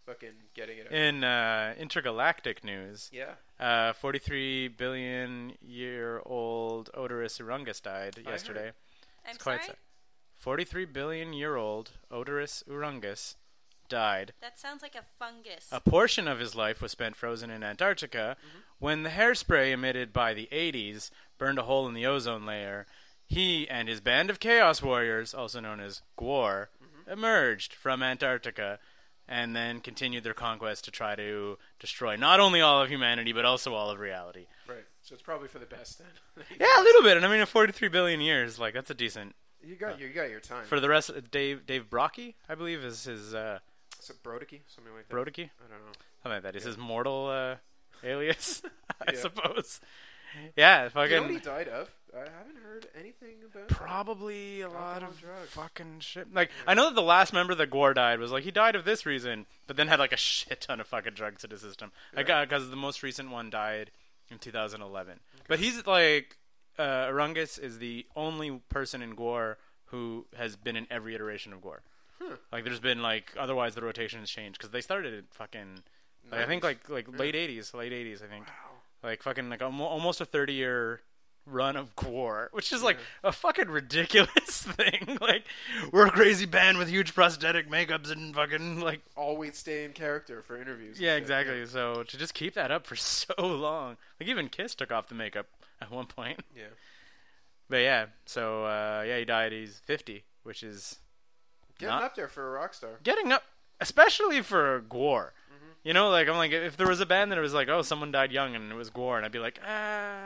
fucking getting it. Out. In uh, intergalactic news, yeah. uh, 43 billion year old Odorous Urungus died heard. yesterday. I'm quite sad. sorry. 43 billion year old Odorous urungus died. That sounds like a fungus. A portion of his life was spent frozen in Antarctica. When the hairspray emitted by the 80s burned a hole in the ozone layer, he and his band of Chaos Warriors, also known as Gwar, emerged from Antarctica and then continued their conquest to try to destroy not only all of humanity but also all of reality. Right. So it's probably for the best then. Yeah, a little bit. And I mean, in 43 billion years, like that's a decent. You got your, you got your time. For the rest, Dave Dave Brocky, I believe, is his uh, Is it Brodicky? Something like that. Brodicky. I don't know. Something like that. Oh Is his mortal uh, alias, I Yeah. suppose. Yeah, You know what he fucking. died of? I haven't heard anything about. Probably a lot on of drugs. fucking shit. Like I know that the last member that Gore died was like he died of this reason, but then had like a shit ton of fucking drugs in his system. Like Yeah. because the most recent one died in 2011. But he's like uh, Arungus is the only person in Gore who has been in every iteration of Gore. Like there's been like otherwise the rotation has changed because they started in fucking like, I think like like late 80s, late 80s I think like fucking like almo- almost a 30 year run of Gore, which is like a fucking ridiculous thing. like we're a crazy band with huge prosthetic makeups and fucking like Always stay in character for interviews. and yeah, shit. exactly. So to just keep that up for so long, like even Kiss took off the makeup at one point. Yeah. But yeah, so uh, yeah, he died. He's 50, which is Getting Not- up there for a rock star. getting up, especially for Gore. You know, like I'm like if there was a band that it was like, oh, someone died young and it was Gore, and I'd be like, ah.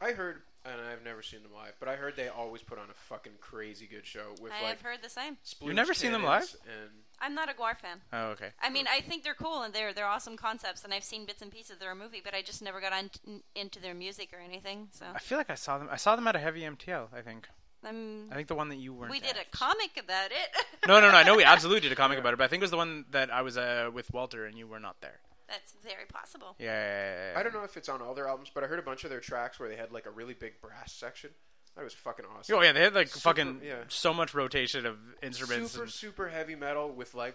I heard, and I've never seen them live, but I heard they always put on a fucking crazy good show with I like. have heard the same. splooge You've never seen them cannons I'm not a Guar fan. Oh, okay. I mean, I think they're cool and they're they're awesome concepts, and I've seen bits and pieces of their movie, but I just never got on t- into their music or anything. So I feel like I saw them. I saw them at a heavy MTL. I think. um, I think the one that you weren't. we did at. a comic about it. No, no, no. I know we absolutely did a comic about it, but I think it was the one that I was uh, with Walter and you were not there. That's very possible. Yeah. yeah, yeah, yeah. And I don't know if it's on all their albums, but I heard a bunch of their tracks where they had like a really big brass section. That was fucking awesome. Oh yeah, they had like Super- fucking yeah. so much rotation of instruments. super and- super heavy metal with like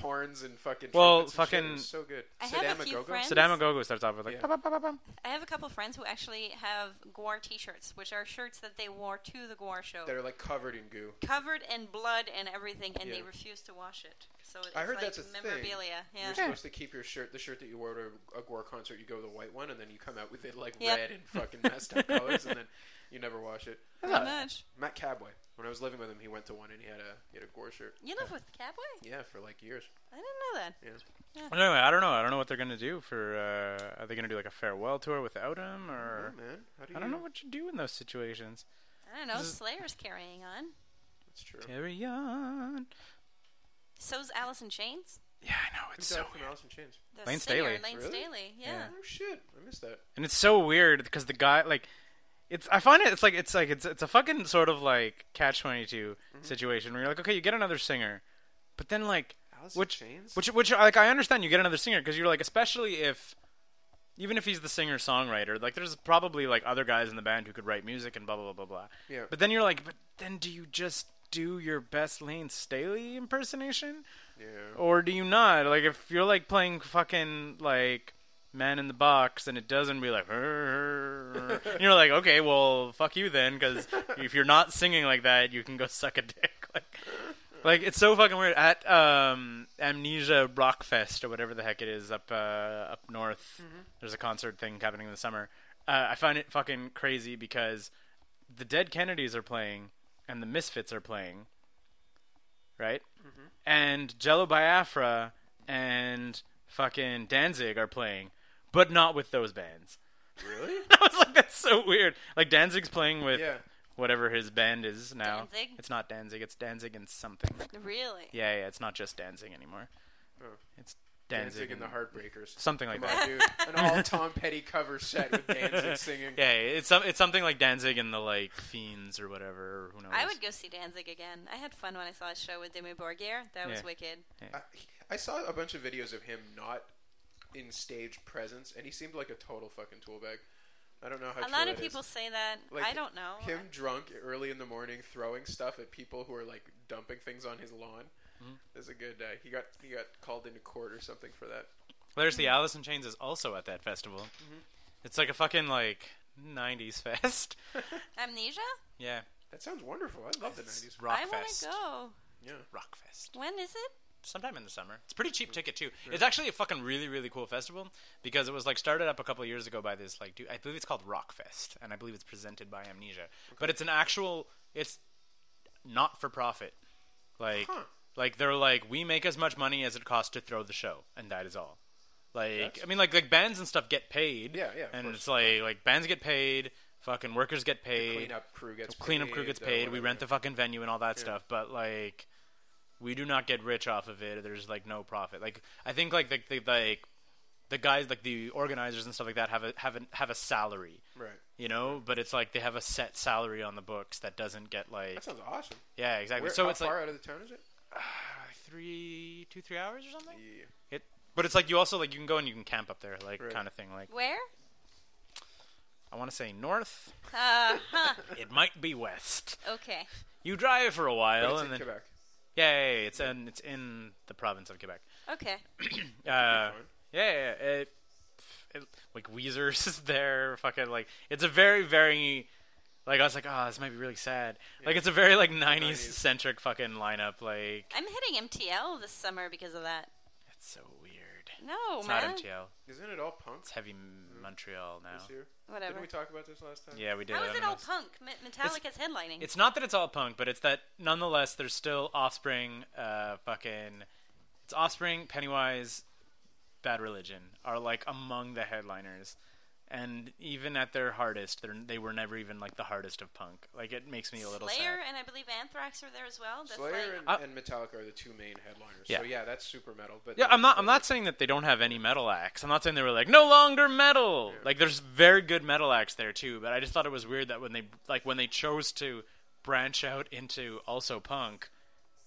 horns and fucking. Well, trumpets and shit. fucking- It was so good. I have a Sadama few Gogo? friends- Saddam Gogo starts off with like. Yeah. "Ba, ba, ba, ba, ba." I have a couple friends who actually have Guar T-shirts, which are shirts that they wore to the Guar show, that are like covered in goo. covered in blood and everything, and they Yeah. refuse to wash it. So it's I heard like that's a thing. memorabilia. You're Yeah. supposed to keep your shirt, the shirt that you wore to a Gore concert, you go with a white one, and then you come out with it like Yep. red and fucking messed up colors, and then you never wash it. Pretty much. Matt Cabway, when I was living with him, he went to one and he had a he had a Gore shirt. You live with the Catboy? Yeah, for like years. I didn't know that. Yeah. Well, Anyway, I don't know. I don't know what they're gonna do for. Uh, are they gonna do like a farewell tour without him, Oh, or man, how do you? I don't know what you do in those situations. I don't know. This is- Slayer's carrying on. That's true. Carry on. So's Alice in Chains. Yeah, I know Who it's so died from Alice in Chains? The Lane singer, Staley. Lane Really? Staley. Yeah. Yeah. Oh shit, I missed that. And it's so weird because the guy like it's I find it it's like it's like it's it's a fucking sort of like catch 22 situation where you're like okay, you get another singer. But then like Alice in which Chains? which which like I understand you get another singer because you're like especially if even if he's the singer songwriter, like there's probably like other guys in the band who could write music and blah blah blah blah blah. Yeah. But then you're like, but then do you just do your best Lane Staley impersonation? Yeah. or do you not? Like, if you're like playing fucking like Man in the Box and it doesn't be like, "Rrrr," and you're like, okay, well, fuck you then, because if you're not singing like that, you can go suck a dick. Like, like it's so fucking weird. At um, Amnesia Rockfest or whatever the heck it is up uh, up north, there's a concert thing happening in the summer. Uh, I find it fucking crazy because the Dead Kennedys are playing and the Misfits are playing, right? And Jello Biafra and fucking Danzig are playing, but not with those bands. Really? I was like, that's so weird. Like Danzig's playing with Yeah. whatever his band is now. Danzig? It's not Danzig. It's Danzig and something. Really? Yeah, yeah. It's not just Danzig anymore. Oh. It's Danzig, Danzig and the Heartbreakers. something like Come that. on, dude. An all Tom Petty cover set with Danzig singing. Yeah, yeah, it's some, it's something like Danzig and the like Fiends or whatever. Or who knows? I would go see Danzig again. I had fun when I saw his show with Demi Borgir. That was Yeah. wicked. I, I saw a bunch of videos of him not in stage presence, and he seemed like a total fucking tool bag. I don't know how. A true lot that of is. people say that. Like, I don't know. Him drunk early in the morning, throwing stuff at people who are like dumping things on his lawn. Mm-hmm. That's a good. Uh, he got he got called into court or something for that. There's Mhm. the Alice in Chains is also at that festival. Mm-hmm. It's like a fucking like '90s fest. Amnesia? yeah, That sounds wonderful. I love the nineties. rock I want fest. to go. Yeah, Rock fest. When is it? sometime in the summer. It's a pretty cheap ticket too. It's actually a fucking really really cool festival because it was like started up a couple of years ago by this like dude. I believe it's called Rockfest, and I believe it's presented by Amnesia. But it's an actual. It's not for profit. Like Huh. like they're like we make as much money as it costs to throw the show, and that is all. Like That's- I mean, like like bands and stuff get paid. Yeah, yeah, of And course. it's like like bands get paid. Fucking workers get paid. Cleanup crew gets cleanup crew gets uh, paid. We whatever. rent the fucking venue and all that stuff. But like, we do not get rich off of it. There's like no profit. Like I think like the, the like the guys like the organizers and stuff like that have a have a have a salary. Right. You know, but it's like they have a set salary on the books that doesn't get like That sounds awesome. yeah exactly. Where, so how it's far like out of the town is it? three two three hours or something. Yeah. It but it's like you also like you can go and you can camp up there like Right. kind of thing. Like Where? I want to say north. Uh, huh. it might be west. Okay. You drive for a while But it's and in then Quebec. Yeah, yeah, yeah, it's in it's in the province of Quebec. Okay. Uh, fine. yeah, yeah, yeah, it, it, like Weezer's is there. Fucking like it's a very very like I was like, oh, this might be really sad. Like it's a very like '90s 90s. centric fucking lineup. Like I'm hitting MTL this summer because of that. it's so weird. No, It's not Oh, man. MTL. Isn't it all punk It's heavy Montreal this now. year? Whatever. Didn't we talk about this last time? Yeah, we did. How I is don't it know. all punk? Me- Metallica's headlining. It's not that it's all punk, but it's that nonetheless there's still Offspring, uh, fucking, it's Offspring, Pennywise, Bad Religion are like among the headliners, and even at their hardest, they're, they were never even like the hardest of punk. Like it makes me a little Slayer sad. and I believe Anthrax are there as well. That's Slayer like, and, Uh, and Metallica are the two main headliners. Yeah. So yeah, that's super metal. But Yeah, I'm not. I'm not saying that they don't have any metal acts. I'm not saying they were like no longer metal. Like there's very good metal acts there too. But I just thought it was weird that when they like when they chose to branch out into also punk,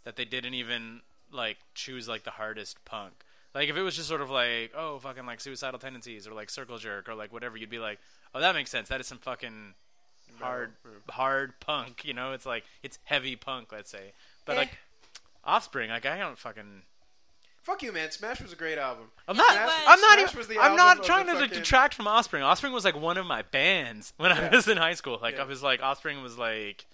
that they didn't even like choose like the hardest punk. Like if it was just sort of like oh fucking like suicidal tendencies or like circle jerk or like whatever, you'd be like oh that makes sense. That is some fucking hard hard punk. You know, it's like it's heavy punk. Let's say, but Eh. like Offspring, like I don't fucking. Fuck you, man. Smash was a great album. I'm Yes, not. it was. I'm not. Smash even- was the I'm album not of trying the to fucking- detract from Offspring. Offspring was like one of my bands when I Yeah. was in high school. Like Yeah. I was like Offspring was like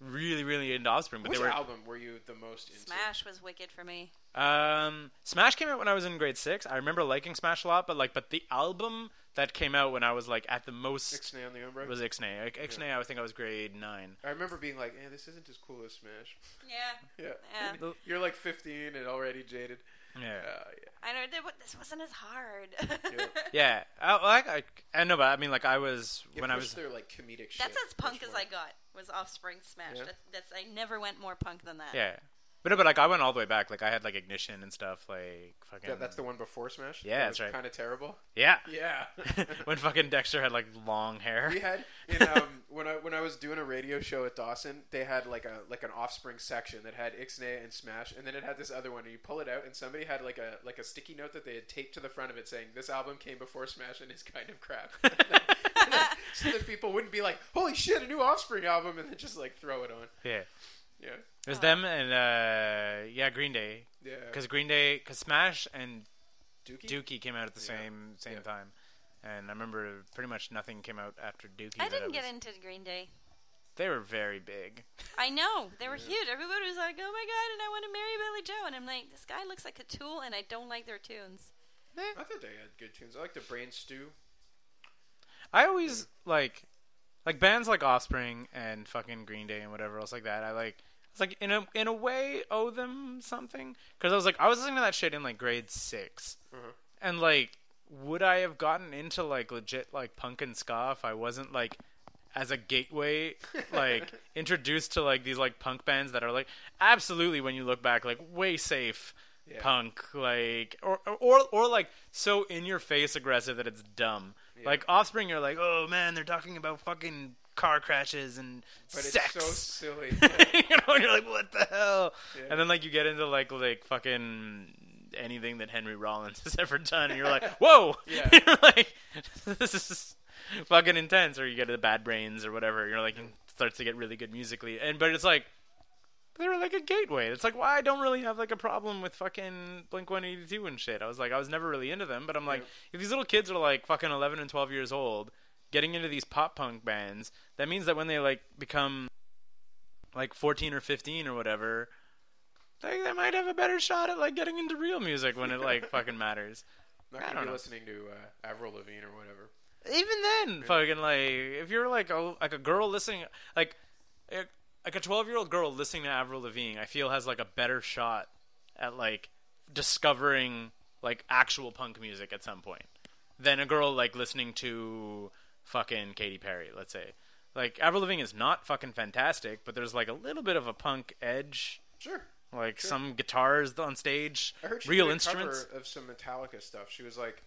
really, really into Offspring, but Which they were album were you the most into? Smash was wicked for me. um Smash came out when I was in grade six. I remember liking Smash a lot, but like, but the album that came out when I was like at the most Ixnay on the Umbra. was Ixnay. Like, Ixnay, I think I was grade nine. I remember being like, eh, this isn't as cool as Smash. Yeah. Yeah. Yeah. You're like 15 and already jaded. Yeah. Uh, yeah. I know that- this wasn't as hard. Yeah, Uh, I, like I, I know, but I mean, like I was It when I was pushed their like comedic shit. That's as punk much as more. I got. Was Offspring Smash. Yeah. That's, that's I never went more punk than that. yeah, but no, but like I went all the way back. Like I had like ignition and stuff. Like fucking Yeah, that's the one before Smash. Yeah, that that's right. Kind of terrible. yeah. Yeah. when fucking Dexter had like long hair. we had in, um, when I when I was doing a radio show at Dawson, they had like a like an Offspring section that had Ixnay and Smash, and then it had this other one. And you pull it out, and somebody had like a like a sticky note that they had taped to the front of it saying, "This album came before Smash and is kind of crap." so that people wouldn't be like, "Holy shit, a new Offspring album," and then just like throw it on. yeah. Yeah, It was them and uh yeah, Green Day. yeah. Because Green Day, because Smash and Dookie, Dookie came out at the Yeah. same same Yeah. time, and I remember pretty much nothing came out after Dookie. I that didn't get was- into Green Day. They were very big. I know they were huge. Everybody was like, "Oh my god!" And I want to marry Billy Joe. And I'm like, this guy looks like a tool, and I don't like their tunes. I thought they had good tunes. I like the Brain Stew. I always like like bands like Offspring and fucking Green Day and whatever else like that. I like it's like in a in a way owe them something because I was like I was listening to that shit in like grade 6 Mhm. and like would I have gotten into like legit like punk and ska if I wasn't like as a gateway like introduced to like these like punk bands that are like absolutely when you look back like way safe Yeah. punk like or, or or like so in your face aggressive that it's dumb like offspring you're like oh man they're talking about fucking car crashes and But sex it's so silly. you know and you're like what the hell Yeah. and then like you get into like like fucking anything that henry rollins has ever done and you're like whoa Yeah. you're like this is fucking intense or you get to the bad brains or whatever you're like it starts to get really good musically and but it's like they were like a gateway. It's like why I don't really have like a problem with fucking Blink One Eighty Two and shit. I was like I was never really into them, but I'm like Yeah. if these little kids are like fucking eleven and twelve years old, getting into these pop punk bands, that means that when they like become like fourteen or fifteen or whatever, Like they might have a better shot at like getting into real music when it like fucking matters. I'm I don't not gonna be know. listening to uh, Avril Lavigne or whatever. Even then, fucking like if you're like a, like a girl listening like eh, like a 12 year old girl listening to Avril Lavigne, I feel has like a better shot at like discovering like actual punk music at some point than a girl like listening to fucking Katy Perry, let's say. Like Avril Lavigne is not fucking fantastic, but there's like a little bit of a punk edge Sure. like some guitars on stage, I heard she real did a instruments. cover of some Metallica stuff. She was like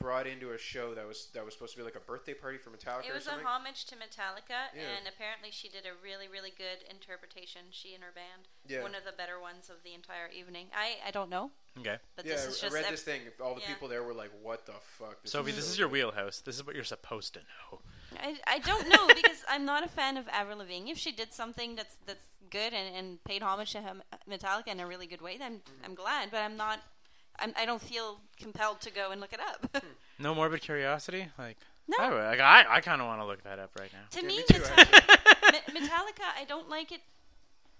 brought into a show that was that was supposed to be like a birthday party for Metallica. It or was a something. homage to Metallica, Yeah. and apparently she did a really, really good interpretation. She and her band, Yeah. one of the better ones of the entire evening. I, I don't know, Okay, but yeah, this is I just read ev- this thing. All the yeah. people there were like, "What the fuck?" This Sophie, is this so is your good." wheelhouse. This is what you're supposed to know. I, I don't know because I'm not a fan of Avril Lavigne. If she did something that's that's good and, and paid homage to him, Metallica in a really good way, then I'm glad. But I'm not. I'm, I don't feel compelled to go and look it up. No morbid curiosity, like No. I, would- like, I, I kind of want to look that up right now. to Yeah, me, me too, Metallica, actually. Me- Metallica, I don't like it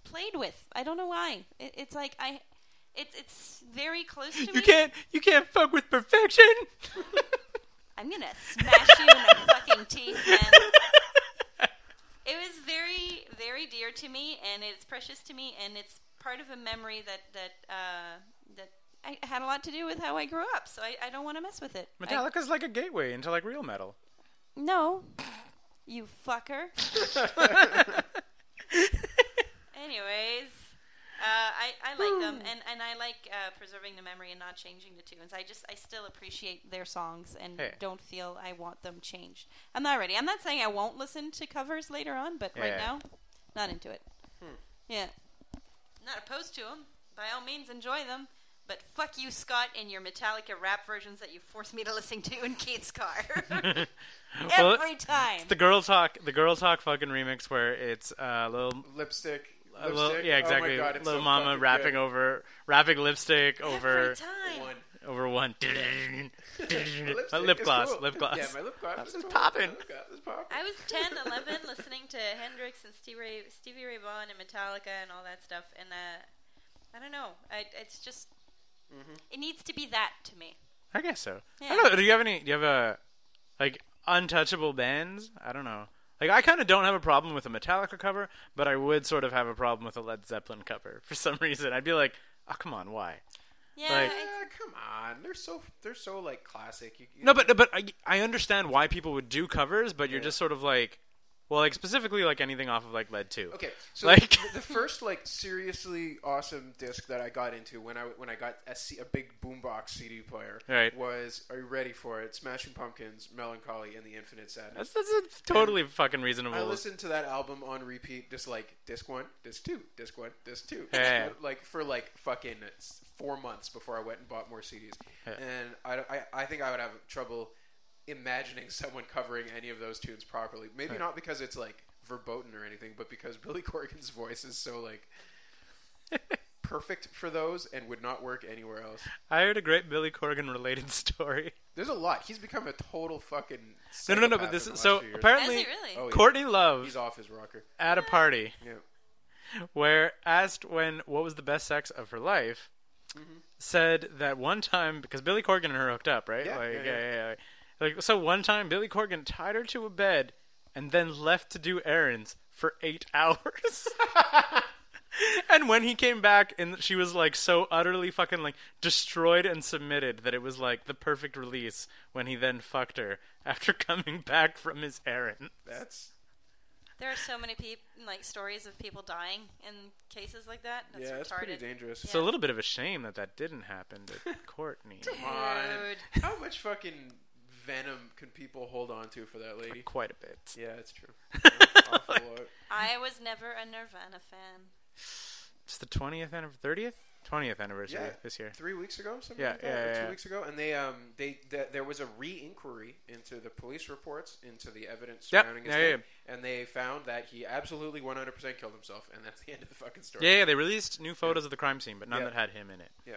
played with. I don't know why. It, it's like I, it's it's very close to me. You can't, you can't fuck with perfection. I'm gonna smash you in the fucking teeth, man. It was very very dear to me, and it's precious to me, and it's part of a memory that that uh, that I had a lot to do with how I grew up. So I, I don't want to mess with it. I- Metallica's like a gateway into like real metal. no, you fucker. Anyways, uh, I, I like them, and, and I like uh, preserving the memory and not changing the tunes. I just I still appreciate their songs and Hey. don't feel I want them changed. I'm not ready. I'm not saying I won't listen to covers later on, but right Yeah. now, not into it. Yeah, not opposed to them. By all means, enjoy them. But fuck you, Scott, and your Metallica rap versions that you force me to listen to in Kate's car every Well, time. The girl talk, the girl talk fucking remix where it's uh, little. lipstick. a little- Lipstick? Uh, yeah, exactly. Oh my God, it's Little so mama fucking rapping good. over, rapping lipstick over, every time. One. over one. My lip, lipstick is gloss, cool. lip gloss. Yeah, my lip gloss is is cool. poppin'. My lip gloss is poppin'. I was 10, 11, listening to Hendrix and Stevie Ray, Stevie Ray Vaughan and Metallica and all that stuff. And uh, I don't know. I, it's just. Mm-hmm. It needs to be that to me. I guess so. I Yeah. don't know. Do you have any? Do you have a like untouchable bands? I don't know. Like I kind of don't have a problem with a Metallica cover, but I would sort of have a problem with a Led Zeppelin cover for some reason. I'd be like, oh come on, why? Yeah. Like- I- Yeah, come on. They're so they're so like classic. You, you No, but but I I understand why people would do covers, but you're just sort of like, well, like specifically like anything off of like Led Two. Okay, so Like- the, the first like seriously awesome disc that I got into when I when I got a, C, a big boombox CD player Right. was Are you ready for it? Smashing Pumpkins, Melancholy, and the Infinite Sadness. That's, that's a totally fucking reasonable. I listened to that album on repeat, just like disc one, disc two, disc one, disc two, Yeah. like for like fucking s- four months before I went and bought more CDs. Yeah. And I, don't- I, I think I would have trouble imagining someone covering any of those tunes properly. Maybe not because it's like verboten or anything, but because Billy Corgan's voice is so like perfect for those and would not work anywhere else. I heard a great Billy Corgan related story. There's a lot. He's become a total fucking. No, no, no, no. But psychopath this in the is last so few years. apparently Is he really? Oh, yeah. Courtney Love he's off his rocker. at a party. Yeah. where asked when what was the best sex of her life, Mm-hmm. said that one time because Billy Corgan and her hooked up, right? Yeah, like, yeah, yeah. yeah, yeah, yeah. Like so, one time Billy Corgan tied her to a bed and then left to do errands for eight hours. and when he came back, and she was like so utterly fucking like destroyed and submitted that it was like the perfect release when he then fucked her after coming back from his errand. That's there are so many peop- like stories of people dying in cases like that. That's yeah, retarded. that's pretty dangerous. It's a little bit of a shame that that didn't happen to Courtney. Come on. Dude. How much fucking venom can people hold on to for that lady? quite a bit. Yeah, that's true. Awful lot. I was never a Nirvana fan. It's the twentieth anniversary, thirtieth, twentieth anniversary Yeah, this year. Three weeks ago, something Yeah, like that, or yeah, two yeah. weeks ago, and they um they th- there was a re-inquiry into the police reports into the evidence Yep, surrounding his yeah, yeah, death, and they found that he absolutely 100% killed himself, and that's the end of the fucking story. Yeah, yeah, they released new photos of the crime scene, but none Yeah. that had him in it. yeah.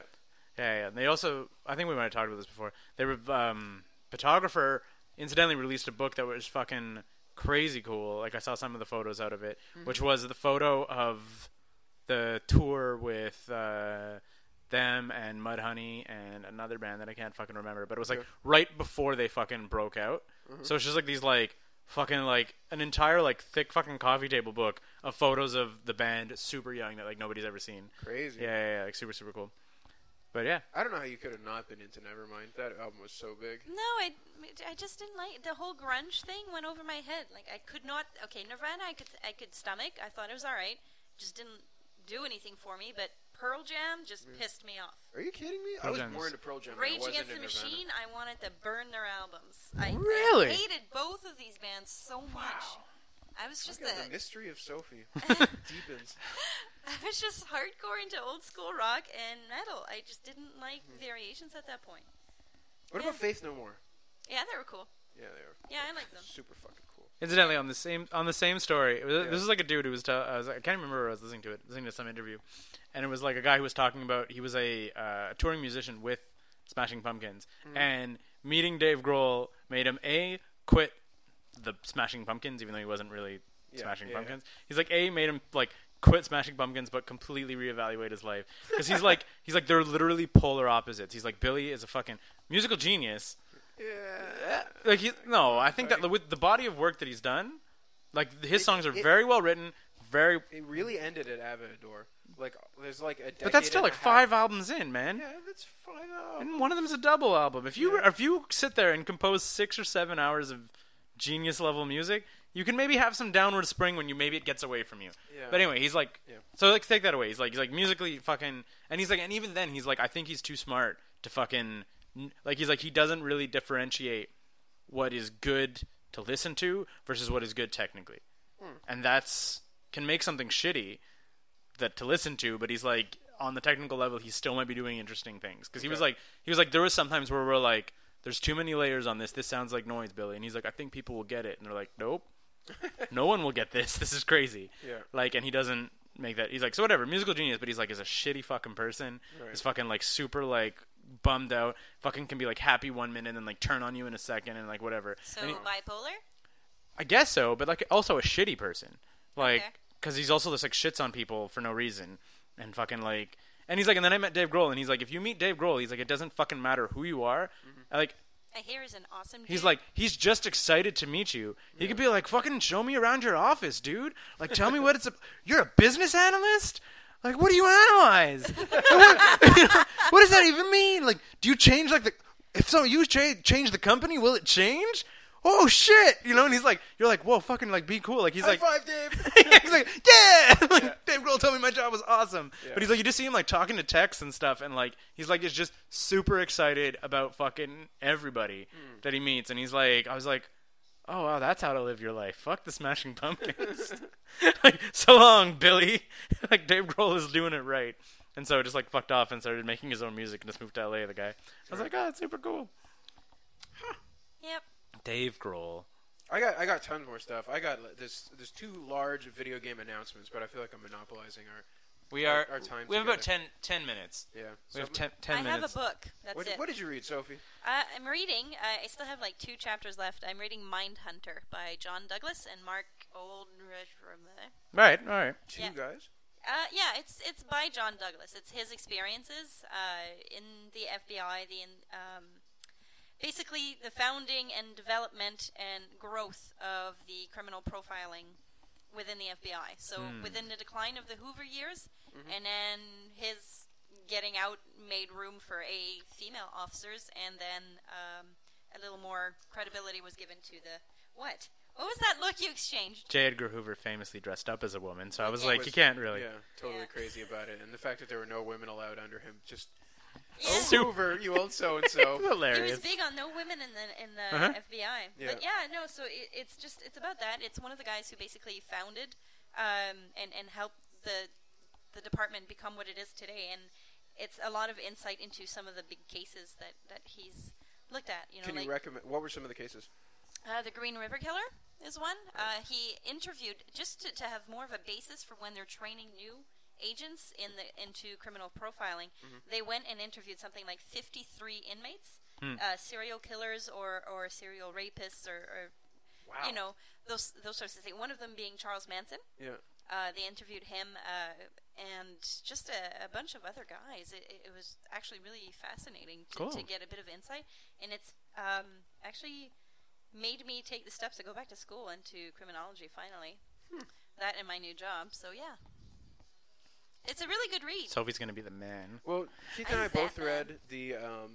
Yeah, yeah. And they also, I think we might have talked about this before. They were um, photographer incidentally released a book that was fucking crazy cool. Like I saw some of the photos out of it, which was the photo of the tour with uh, them and Mudhoney and another band that I can't fucking remember, but it was like right before they fucking broke out. So it's just like these like fucking like an entire like thick fucking coffee table book of photos of the band super young that like nobody's ever seen. Crazy. Yeah, yeah, yeah like super super cool. But yeah, I don't know how you could have not been into Nevermind. That album was so big. No, I, I just didn't like the whole grunge thing went over my head. Like I could not. Okay, Nirvana, I could I could stomach. I thought it was all right. Just didn't do anything for me. But Pearl Jam just pissed me off. Are you kidding me? I Pearl was Jam more is- into Pearl Jam. than I Rage was Against the into Nirvana. Machine. I wanted to burn their albums. I I Really? hated both of these bands so much. I was just Look at the a, mystery of Sophie deepens. I was just hardcore into old school rock and metal. I just didn't like Hmm. variations at that point. What about Faith No More? Yeah, they were cool. Yeah, they Yeah, I like were them. super fucking cool. Incidentally, on the same on the same story, it was, Yeah. this is like a dude who was, tell I was I can't remember where I was listening to it, listening to some interview, and it was like a guy who was talking about he was a uh, touring musician with Smashing Pumpkins, Mm. and meeting Dave Grohl made him a quit the Smashing Pumpkins, even though he wasn't really Yeah, Smashing yeah, yeah. Pumpkins. He's like a made him like quit Smashing Pumpkins, but completely reevaluate his life because he's like he's like they're literally polar opposites. He's like Billy is a fucking musical genius Yeah. like he, no, I think that with the body of work that he's done, like his songs are it- very well written, very. It really ended at Avador. Like, there's like a decade But that's still and like a half- five albums in, man. Yeah, that's five albums. And one of them's a double album. If you if you sit there and compose six or seven hours of genius level music, you can maybe have some downward spring when you maybe it gets away from you. Yeah. But anyway, he's like, Yeah. so like take that away. He's like, he's like musically fucking, and he's like, and even then he's like, I think he's too smart to fucking, like he's like he doesn't really differentiate what is good to listen to versus what is good technically, Hmm. and that's can make something shitty that to listen to, but he's like on the technical level, he still might be doing interesting things because he was like he was like there was sometimes where we're like there's too many layers on this. This sounds like noise, Billy, and he's like I think people will get it, and they're like nope, no one will get this. This is crazy. Yeah. Like, and he doesn't make that. He's like so whatever, musical genius, but he's like is a shitty fucking person. Right. Is fucking like super like bummed out. Fucking can be like happy one minute and then like turn on you in a second and like whatever. So And he- bipolar. I guess so, but like also a shitty person, like Okay. because he's also just like shits on people for no reason and fucking like and he's like and then I met Dave Grohl and he's like if you meet Dave Grohl he's like it doesn't fucking matter who you are I like I hear is an awesome. he's dude. like he's just excited to meet you he could be like fucking show me around your office dude like tell me what it's a- you're a business analyst like what do you analyze what does that even mean? Like, do you change like the if so you cha- change the company, will it change? Oh shit! You know, and he's like, you're like, whoa, fucking like, be cool. Like he's like, High five, Dave. he's like, yeah. like Dave Grohl told me my job was awesome, Yeah. but he's like, you just see him like talking to techs and stuff, and like he's like, is just super excited about fucking everybody that he meets, and he's like, I was like. Oh wow, that's how to live your life. Fuck the Smashing Pumpkins. like so long, Billy. like Dave Grohl is doing it right, and so just like fucked off and started making his own music and just moved to LA. The guy, I was like, oh, that's super cool. Yep. Dave Grohl. I got I got tons more stuff. I got like, this there's two large video game announcements, but I feel like I'm monopolizing our We Our- our time We have about ten, together. 10 minutes. yeah. We have So- ten, 10 I minutes. have a book. That's What, it. what did you read, Sophie? Uh, I'm reading. Uh, I still have like two chapters left. I'm reading Mindhunter by John Douglas and Mark Oldridge. All right, all right. Two Yeah. guys. Uh, yeah, it's it's by John Douglas. It's his experiences uh, in the FBI, the in, um, basically the founding and development and growth of the criminal profiling within the FBI. So within the decline of the Hoover years, and then his getting out made room for a female officers, and then um, a little more credibility was given to the what? What was that look you exchanged? J. Edgar Hoover famously dressed up as a woman, so I was Okay. like, Was- you can't really. Yeah, totally Yeah. crazy about it, and the fact that there were no women allowed under him just Oh, Yeah. Super over you old so and so. He hilarious. was big on no women in the in the Uh-huh. FBI. But yeah, no. So it, it's just it's about that. It's one of the guys who basically founded um, and and helped the the department become what it is today. And it's a lot of insight into some of the big cases that that he's looked at. You know, Can like you recommend? What were some of the cases? uh, the Green River Killer is one. Uh, he interviewed just to, to have more of a basis for when they're training new agents in the into criminal profiling. They went and interviewed something like 53 inmates, uh, serial killers or, or serial rapists or, or Wow. you know those those sorts of things. One of them being Charles Manson. Yeah. Uh, they interviewed him. Uh, and just a, a bunch of other guys. It, it- it was actually really fascinating to, Cool. to get a bit of insight, and it's um, actually made me take the steps to go back to school and to criminology finally. Hmm. That and my new job. So yeah, it's a really good read. Sophie's gonna be the man. Well, Keith and I I both bet. read the um,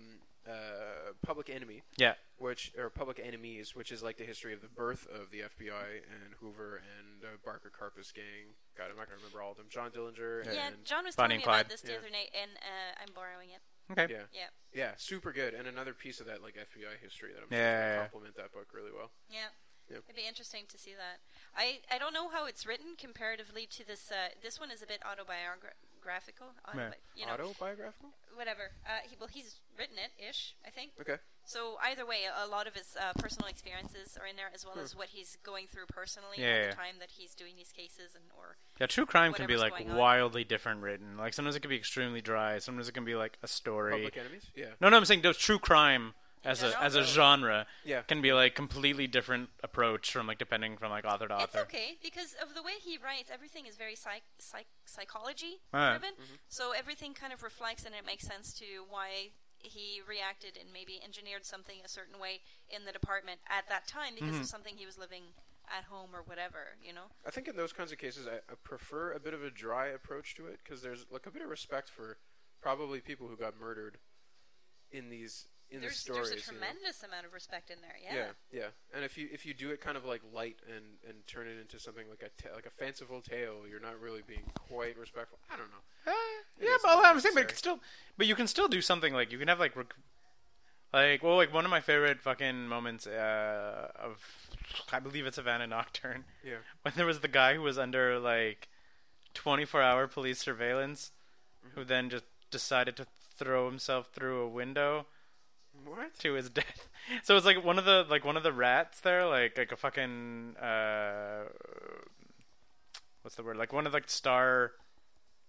uh, Public Enemy, Yeah. which or Public Enemies, which is like the history of the birth of the FBI and Hoover and uh, Barker Carpus gang. God, I'm not gonna remember all of them. John Dillinger and yeah, John was Bonnie telling and me about Clyde. this the Yeah. other night, and uh, I'm borrowing it. Okay. yeah, Yeah, yeah, super good. And another piece of that like FBI history that I'm sure Yeah. yeah. complement that book really well. yeah. Yep. It'd be interesting to see that. I, I don't know how it's written comparatively to this. Uh, this one is a bit autobiographical. Autobi- You know, Autobiographical? whatever. Uh, he, well, he's written it ish, I think. Okay. So either way, a- a lot of his uh, personal experiences are in there, as well as what he's going through personally Hmm. Yeah, at yeah. the time that he's doing these cases and or Yeah, true crime can be Whatever's like going on. wildly different written. Like sometimes it can be extremely dry. Sometimes it can be like a story. Public Enemies? Yeah. No, no, I'm saying those true crime as a general? as a genre Yeah. can be like completely different approach from like depending from like author to It's author. okay because of the way he writes, everything is very psych, psych psychology Ah. driven. So everything kind of reflects and it makes sense to why he reacted and maybe engineered something a certain way in the department at that time because Mm-hmm. of something he was living at home or whatever. You know, I think in those kinds of cases, I, I prefer a bit of a dry approach to it because there's like a bit of respect for probably people who got murdered in these in the there's stories. there's a you know? tremendous amount of respect in there. yeah, yeah, and if you if you do it kind of like light and and turn it into something like a ta- like a fanciful tale, you're not really being quite respectful. I don't know. Uh, yeah, is but not I'm saying, but it necessary. can still, but you can still do something like you can have like, rec- like well, like one of my favorite fucking moments uh, of, I believe it's Savannah Nocturne, Yeah, when there was the guy who was under like, 24 hour police surveillance, who then just decided to throw himself through a window what? to his death. So it's like one of the like one of the rats there, like like a fucking uh, what's the word? Like one of like star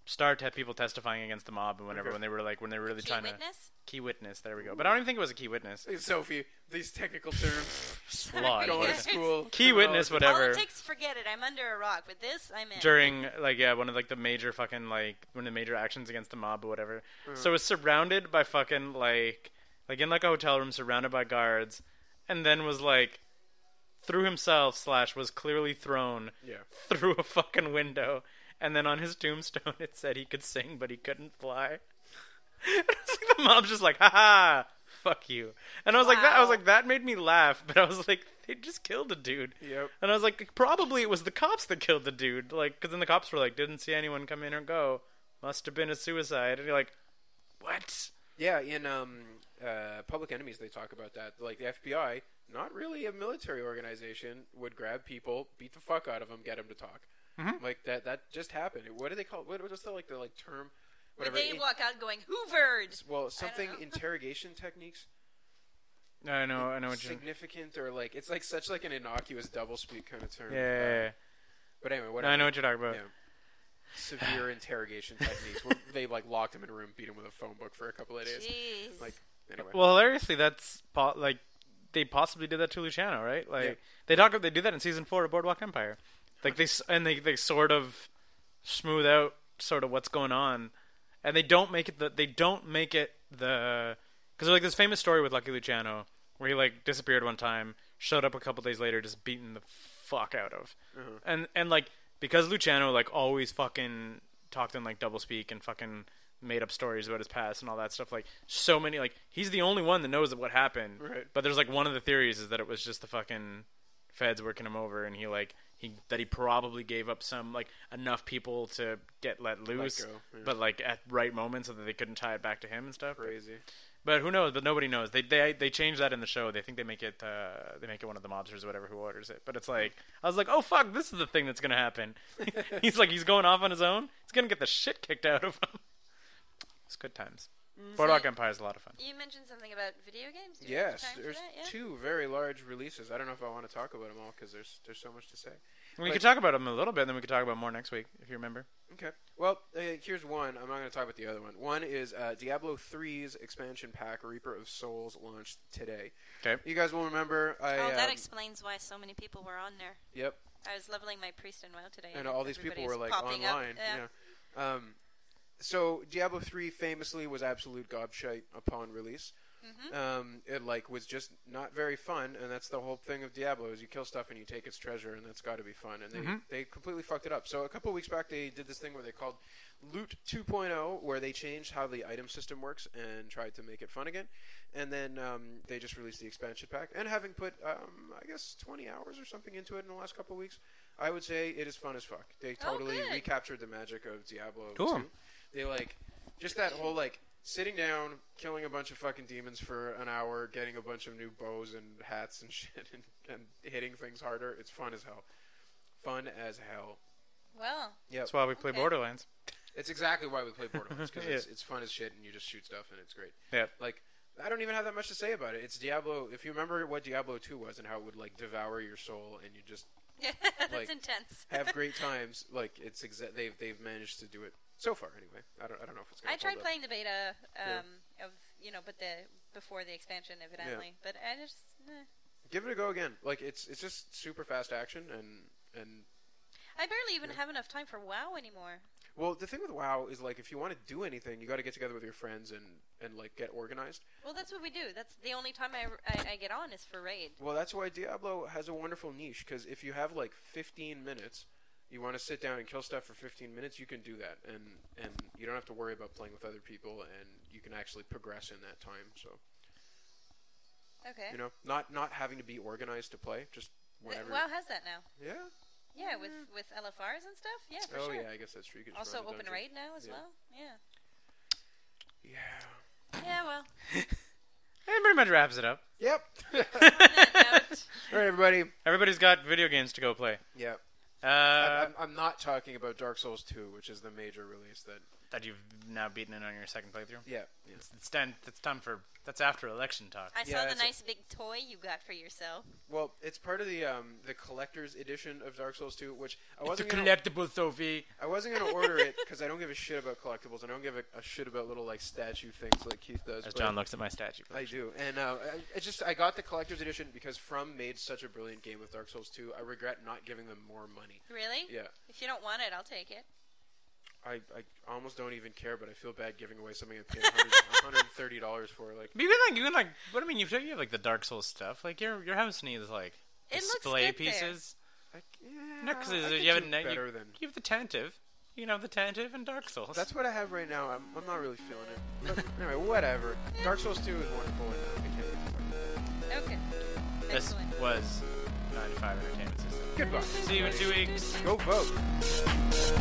star te- people testifying against the mob and whatever Okay. when they were like when they were really Key trying witness? to key witness. There we go. But I don't even think it was a key witness. Hey, Sophie, these technical terms. Slod. Going to Yes. school. Key witness, criminology. whatever. Politics, forget it. I'm under a rock. With this, I'm in. During like yeah, one of like the major fucking like one of the major actions against the mob or whatever. So it's surrounded by fucking like like in like a hotel room surrounded by guards, and then was like threw himself slash was clearly thrown Yeah. through a fucking window, and then on his tombstone it said he could sing but he couldn't fly. It's like the mom's just like, ha ha, fuck you. And I was like, that I was Wow. like, that made me laugh, but I was like, they just killed a dude. Yep. And I was like, probably it was the cops that killed the dude, like, because then the cops were like, didn't see anyone come in or go, must have been a suicide. And you're like, what? Yeah, in um, uh, Public Enemies, they talk about that. Like the FBI, not really a military organization, would grab people, beat the fuck out of them, get them to talk. Mm-hmm. Like that. That just happened. What do they call? What was the like the like term? Where Whatever. they in- walk out going Hoovered. well, something know. interrogation techniques. I know, Oh, I know what you. Significant or like it's like such like an innocuous doublespeak kind of term. Yeah, yeah, yeah. But anyway, No, I whatever. know what you're talking about. Yeah. Severe interrogation techniques where they like locked him in a room, beat him with a phone book for a couple of days. Jeez. Like anyway. Well, hilariously, that's po- like they possibly did that to Luciano, right? Like Yeah. they talk, they do that in season four of Boardwalk Empire. Like they s- and they they sort of smooth out sort of what's going on, and they don't make it the they don't make it the because like this famous story with Lucky Luciano where he like disappeared one time, showed up a couple days later, just beaten the fuck out of, and and like because Luciano like always fucking talked in like double speak and fucking made up stories about his past and all that stuff. Like so many, like he's the only one that knows what happened. Right. But there's like one of the theories is that it was just the fucking feds working him over, and he like he that he probably gave up some like enough people to get let loose, go, yeah. but like at right moments so that they couldn't tie it back to him and stuff. crazy. But who knows? But nobody knows. They they they change that in the show. They think they make it uh, they make it one of the mobsters or whatever who orders it. But it's like I was like, oh fuck, this is the thing that's gonna happen. he's like he's going off on his own. He's gonna get the shit kicked out of him. It's good times. Mm-hmm. Boardwalk Empire is a lot of fun. You mentioned something about video games. Do we have Yes, time for there's that? Yeah. two very large releases. I don't know if I want to talk about them all because there's there's so much to say. We Like- could talk about them a little bit, and then we could talk about more next week if you remember. Okay. Well, uh, here's one. I'm not going to talk about the other one. One is uh, Diablo 3's expansion pack, Reaper of Souls, launched today. Okay. You guys will remember. I, Oh, that um, explains why so many people were on there. yep. I was leveling my priest and WoW today, And all these everybody people were was like popping up. online. Yeah. yeah. Um, so Diablo 3 famously was absolute gobshite upon release. Mm-hmm. Um, it like was just not very fun, and that's the whole thing of Diablo is you kill stuff and you take its treasure, and that's got to be fun. And they they completely fucked it up. So a couple weeks back, they did this thing where they called Loot 2.0, where they changed how the item system works and tried to make it fun again. And then um, they just released the expansion pack. And having put um, I guess 20 hours or something into it in the last couple weeks, I would say it is fun as fuck. They Oh, totally good. recaptured the magic of Diablo Cool. 2. They like just that whole like sitting down, killing a bunch of fucking demons for an hour, getting a bunch of new bows and hats and shit, and, and hitting things harder. It's fun as hell. Fun as hell. Well, Yeah, That's why we play Okay. Borderlands. it's exactly why we play Borderlands because Yeah. it's, it's fun as shit, and you just shoot stuff, and it's great. Yeah. Like I don't even have that much to say about it. It's Diablo. If you remember what Diablo Two was and how it would like devour your soul, and you just that's Like, intense. have great times, like it's exa- they've they've managed to do it so far. Anyway, I don't I don't know if it's gonna. I tried hold up. playing the beta um, of you know, but the before the expansion, evidently. But I just eh. Give it a go again. Like it's it's just super fast action and and I barely even have enough time for WoW anymore. well the thing with WoW is like if you want to do anything you got to get together with your friends and and like get organized. Well, that's what we do. That's the only time I, I, I get on is for raid. Well, that's why Diablo has a wonderful niche because if you have like 15 minutes, you want to sit down and kill stuff for 15 minutes, you can do that and and you don't have to worry about playing with other people and you can actually progress in that time. So Okay. you know not not having to be organized to play just Th- whenever. WoW has that now. Yeah. Yeah, with with LFRs and stuff. Yeah, for oh sure. yeah, I guess that's true. You can just also, run the open dungeon. raid now as Yeah. well. Yeah. Yeah. Yeah. Well. That pretty much wraps it up. Yep. on that note- All right, everybody. Everybody's got video games to go play. Yeah. Uh, I'm, I'm- I'm not talking about Dark Souls 2, which is the major release that. that you've now beaten it on your second playthrough. Yeah. It's, it's time. That's time for. That's after election talk. I Yeah, saw the that's it. nice big toy you got for yourself. Well, it's part of the um, the collector's edition of Dark Souls 2, which I It's a wasn't gonna, collectible, Sophie. I wasn't gonna order it because I don't give a shit about collectibles. I don't give a, a shit about little like statue things like Keith does. As but John looks at my statue. I do, and uh, I, I just I got the collector's edition because From made such a brilliant game with Dark Souls 2. I regret not giving them more money. Really? Yeah, If you don't want it, I'll take it. I, I almost don't even care, but I feel bad giving away something I paid 100 $130 for. Like, But you can like you can like what I mean. You've you have like the Dark Souls stuff. Like your your house needs like It looks display good there. Uh-huh. pieces. I, No, yeah, because I could you have do a net. better You, than you have the tentative. You can have the tentative and Dark Souls. That's what I have right now. I'm, I'm not really feeling it. But anyway, whatever. Dark Souls 2 is wonderful. And, uh, I can't wait. Okay. this Excellent. was 95 Entertainment System. Goodbye. See you in two weeks. Go vote.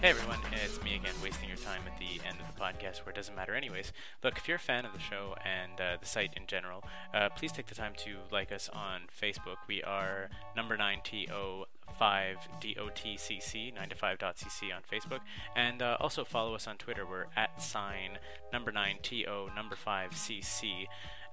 Hey everyone, it's me again, wasting your time at the end of the podcast where it doesn't matter, anyways. Look, if you're a fan of the show and uh, the site in general, uh, please take the time to like us on Facebook. We are number 9TO5DOTCC, 9to5.cc on Facebook, and uh, also follow us on Twitter. We're at sign number 9TO number 5CC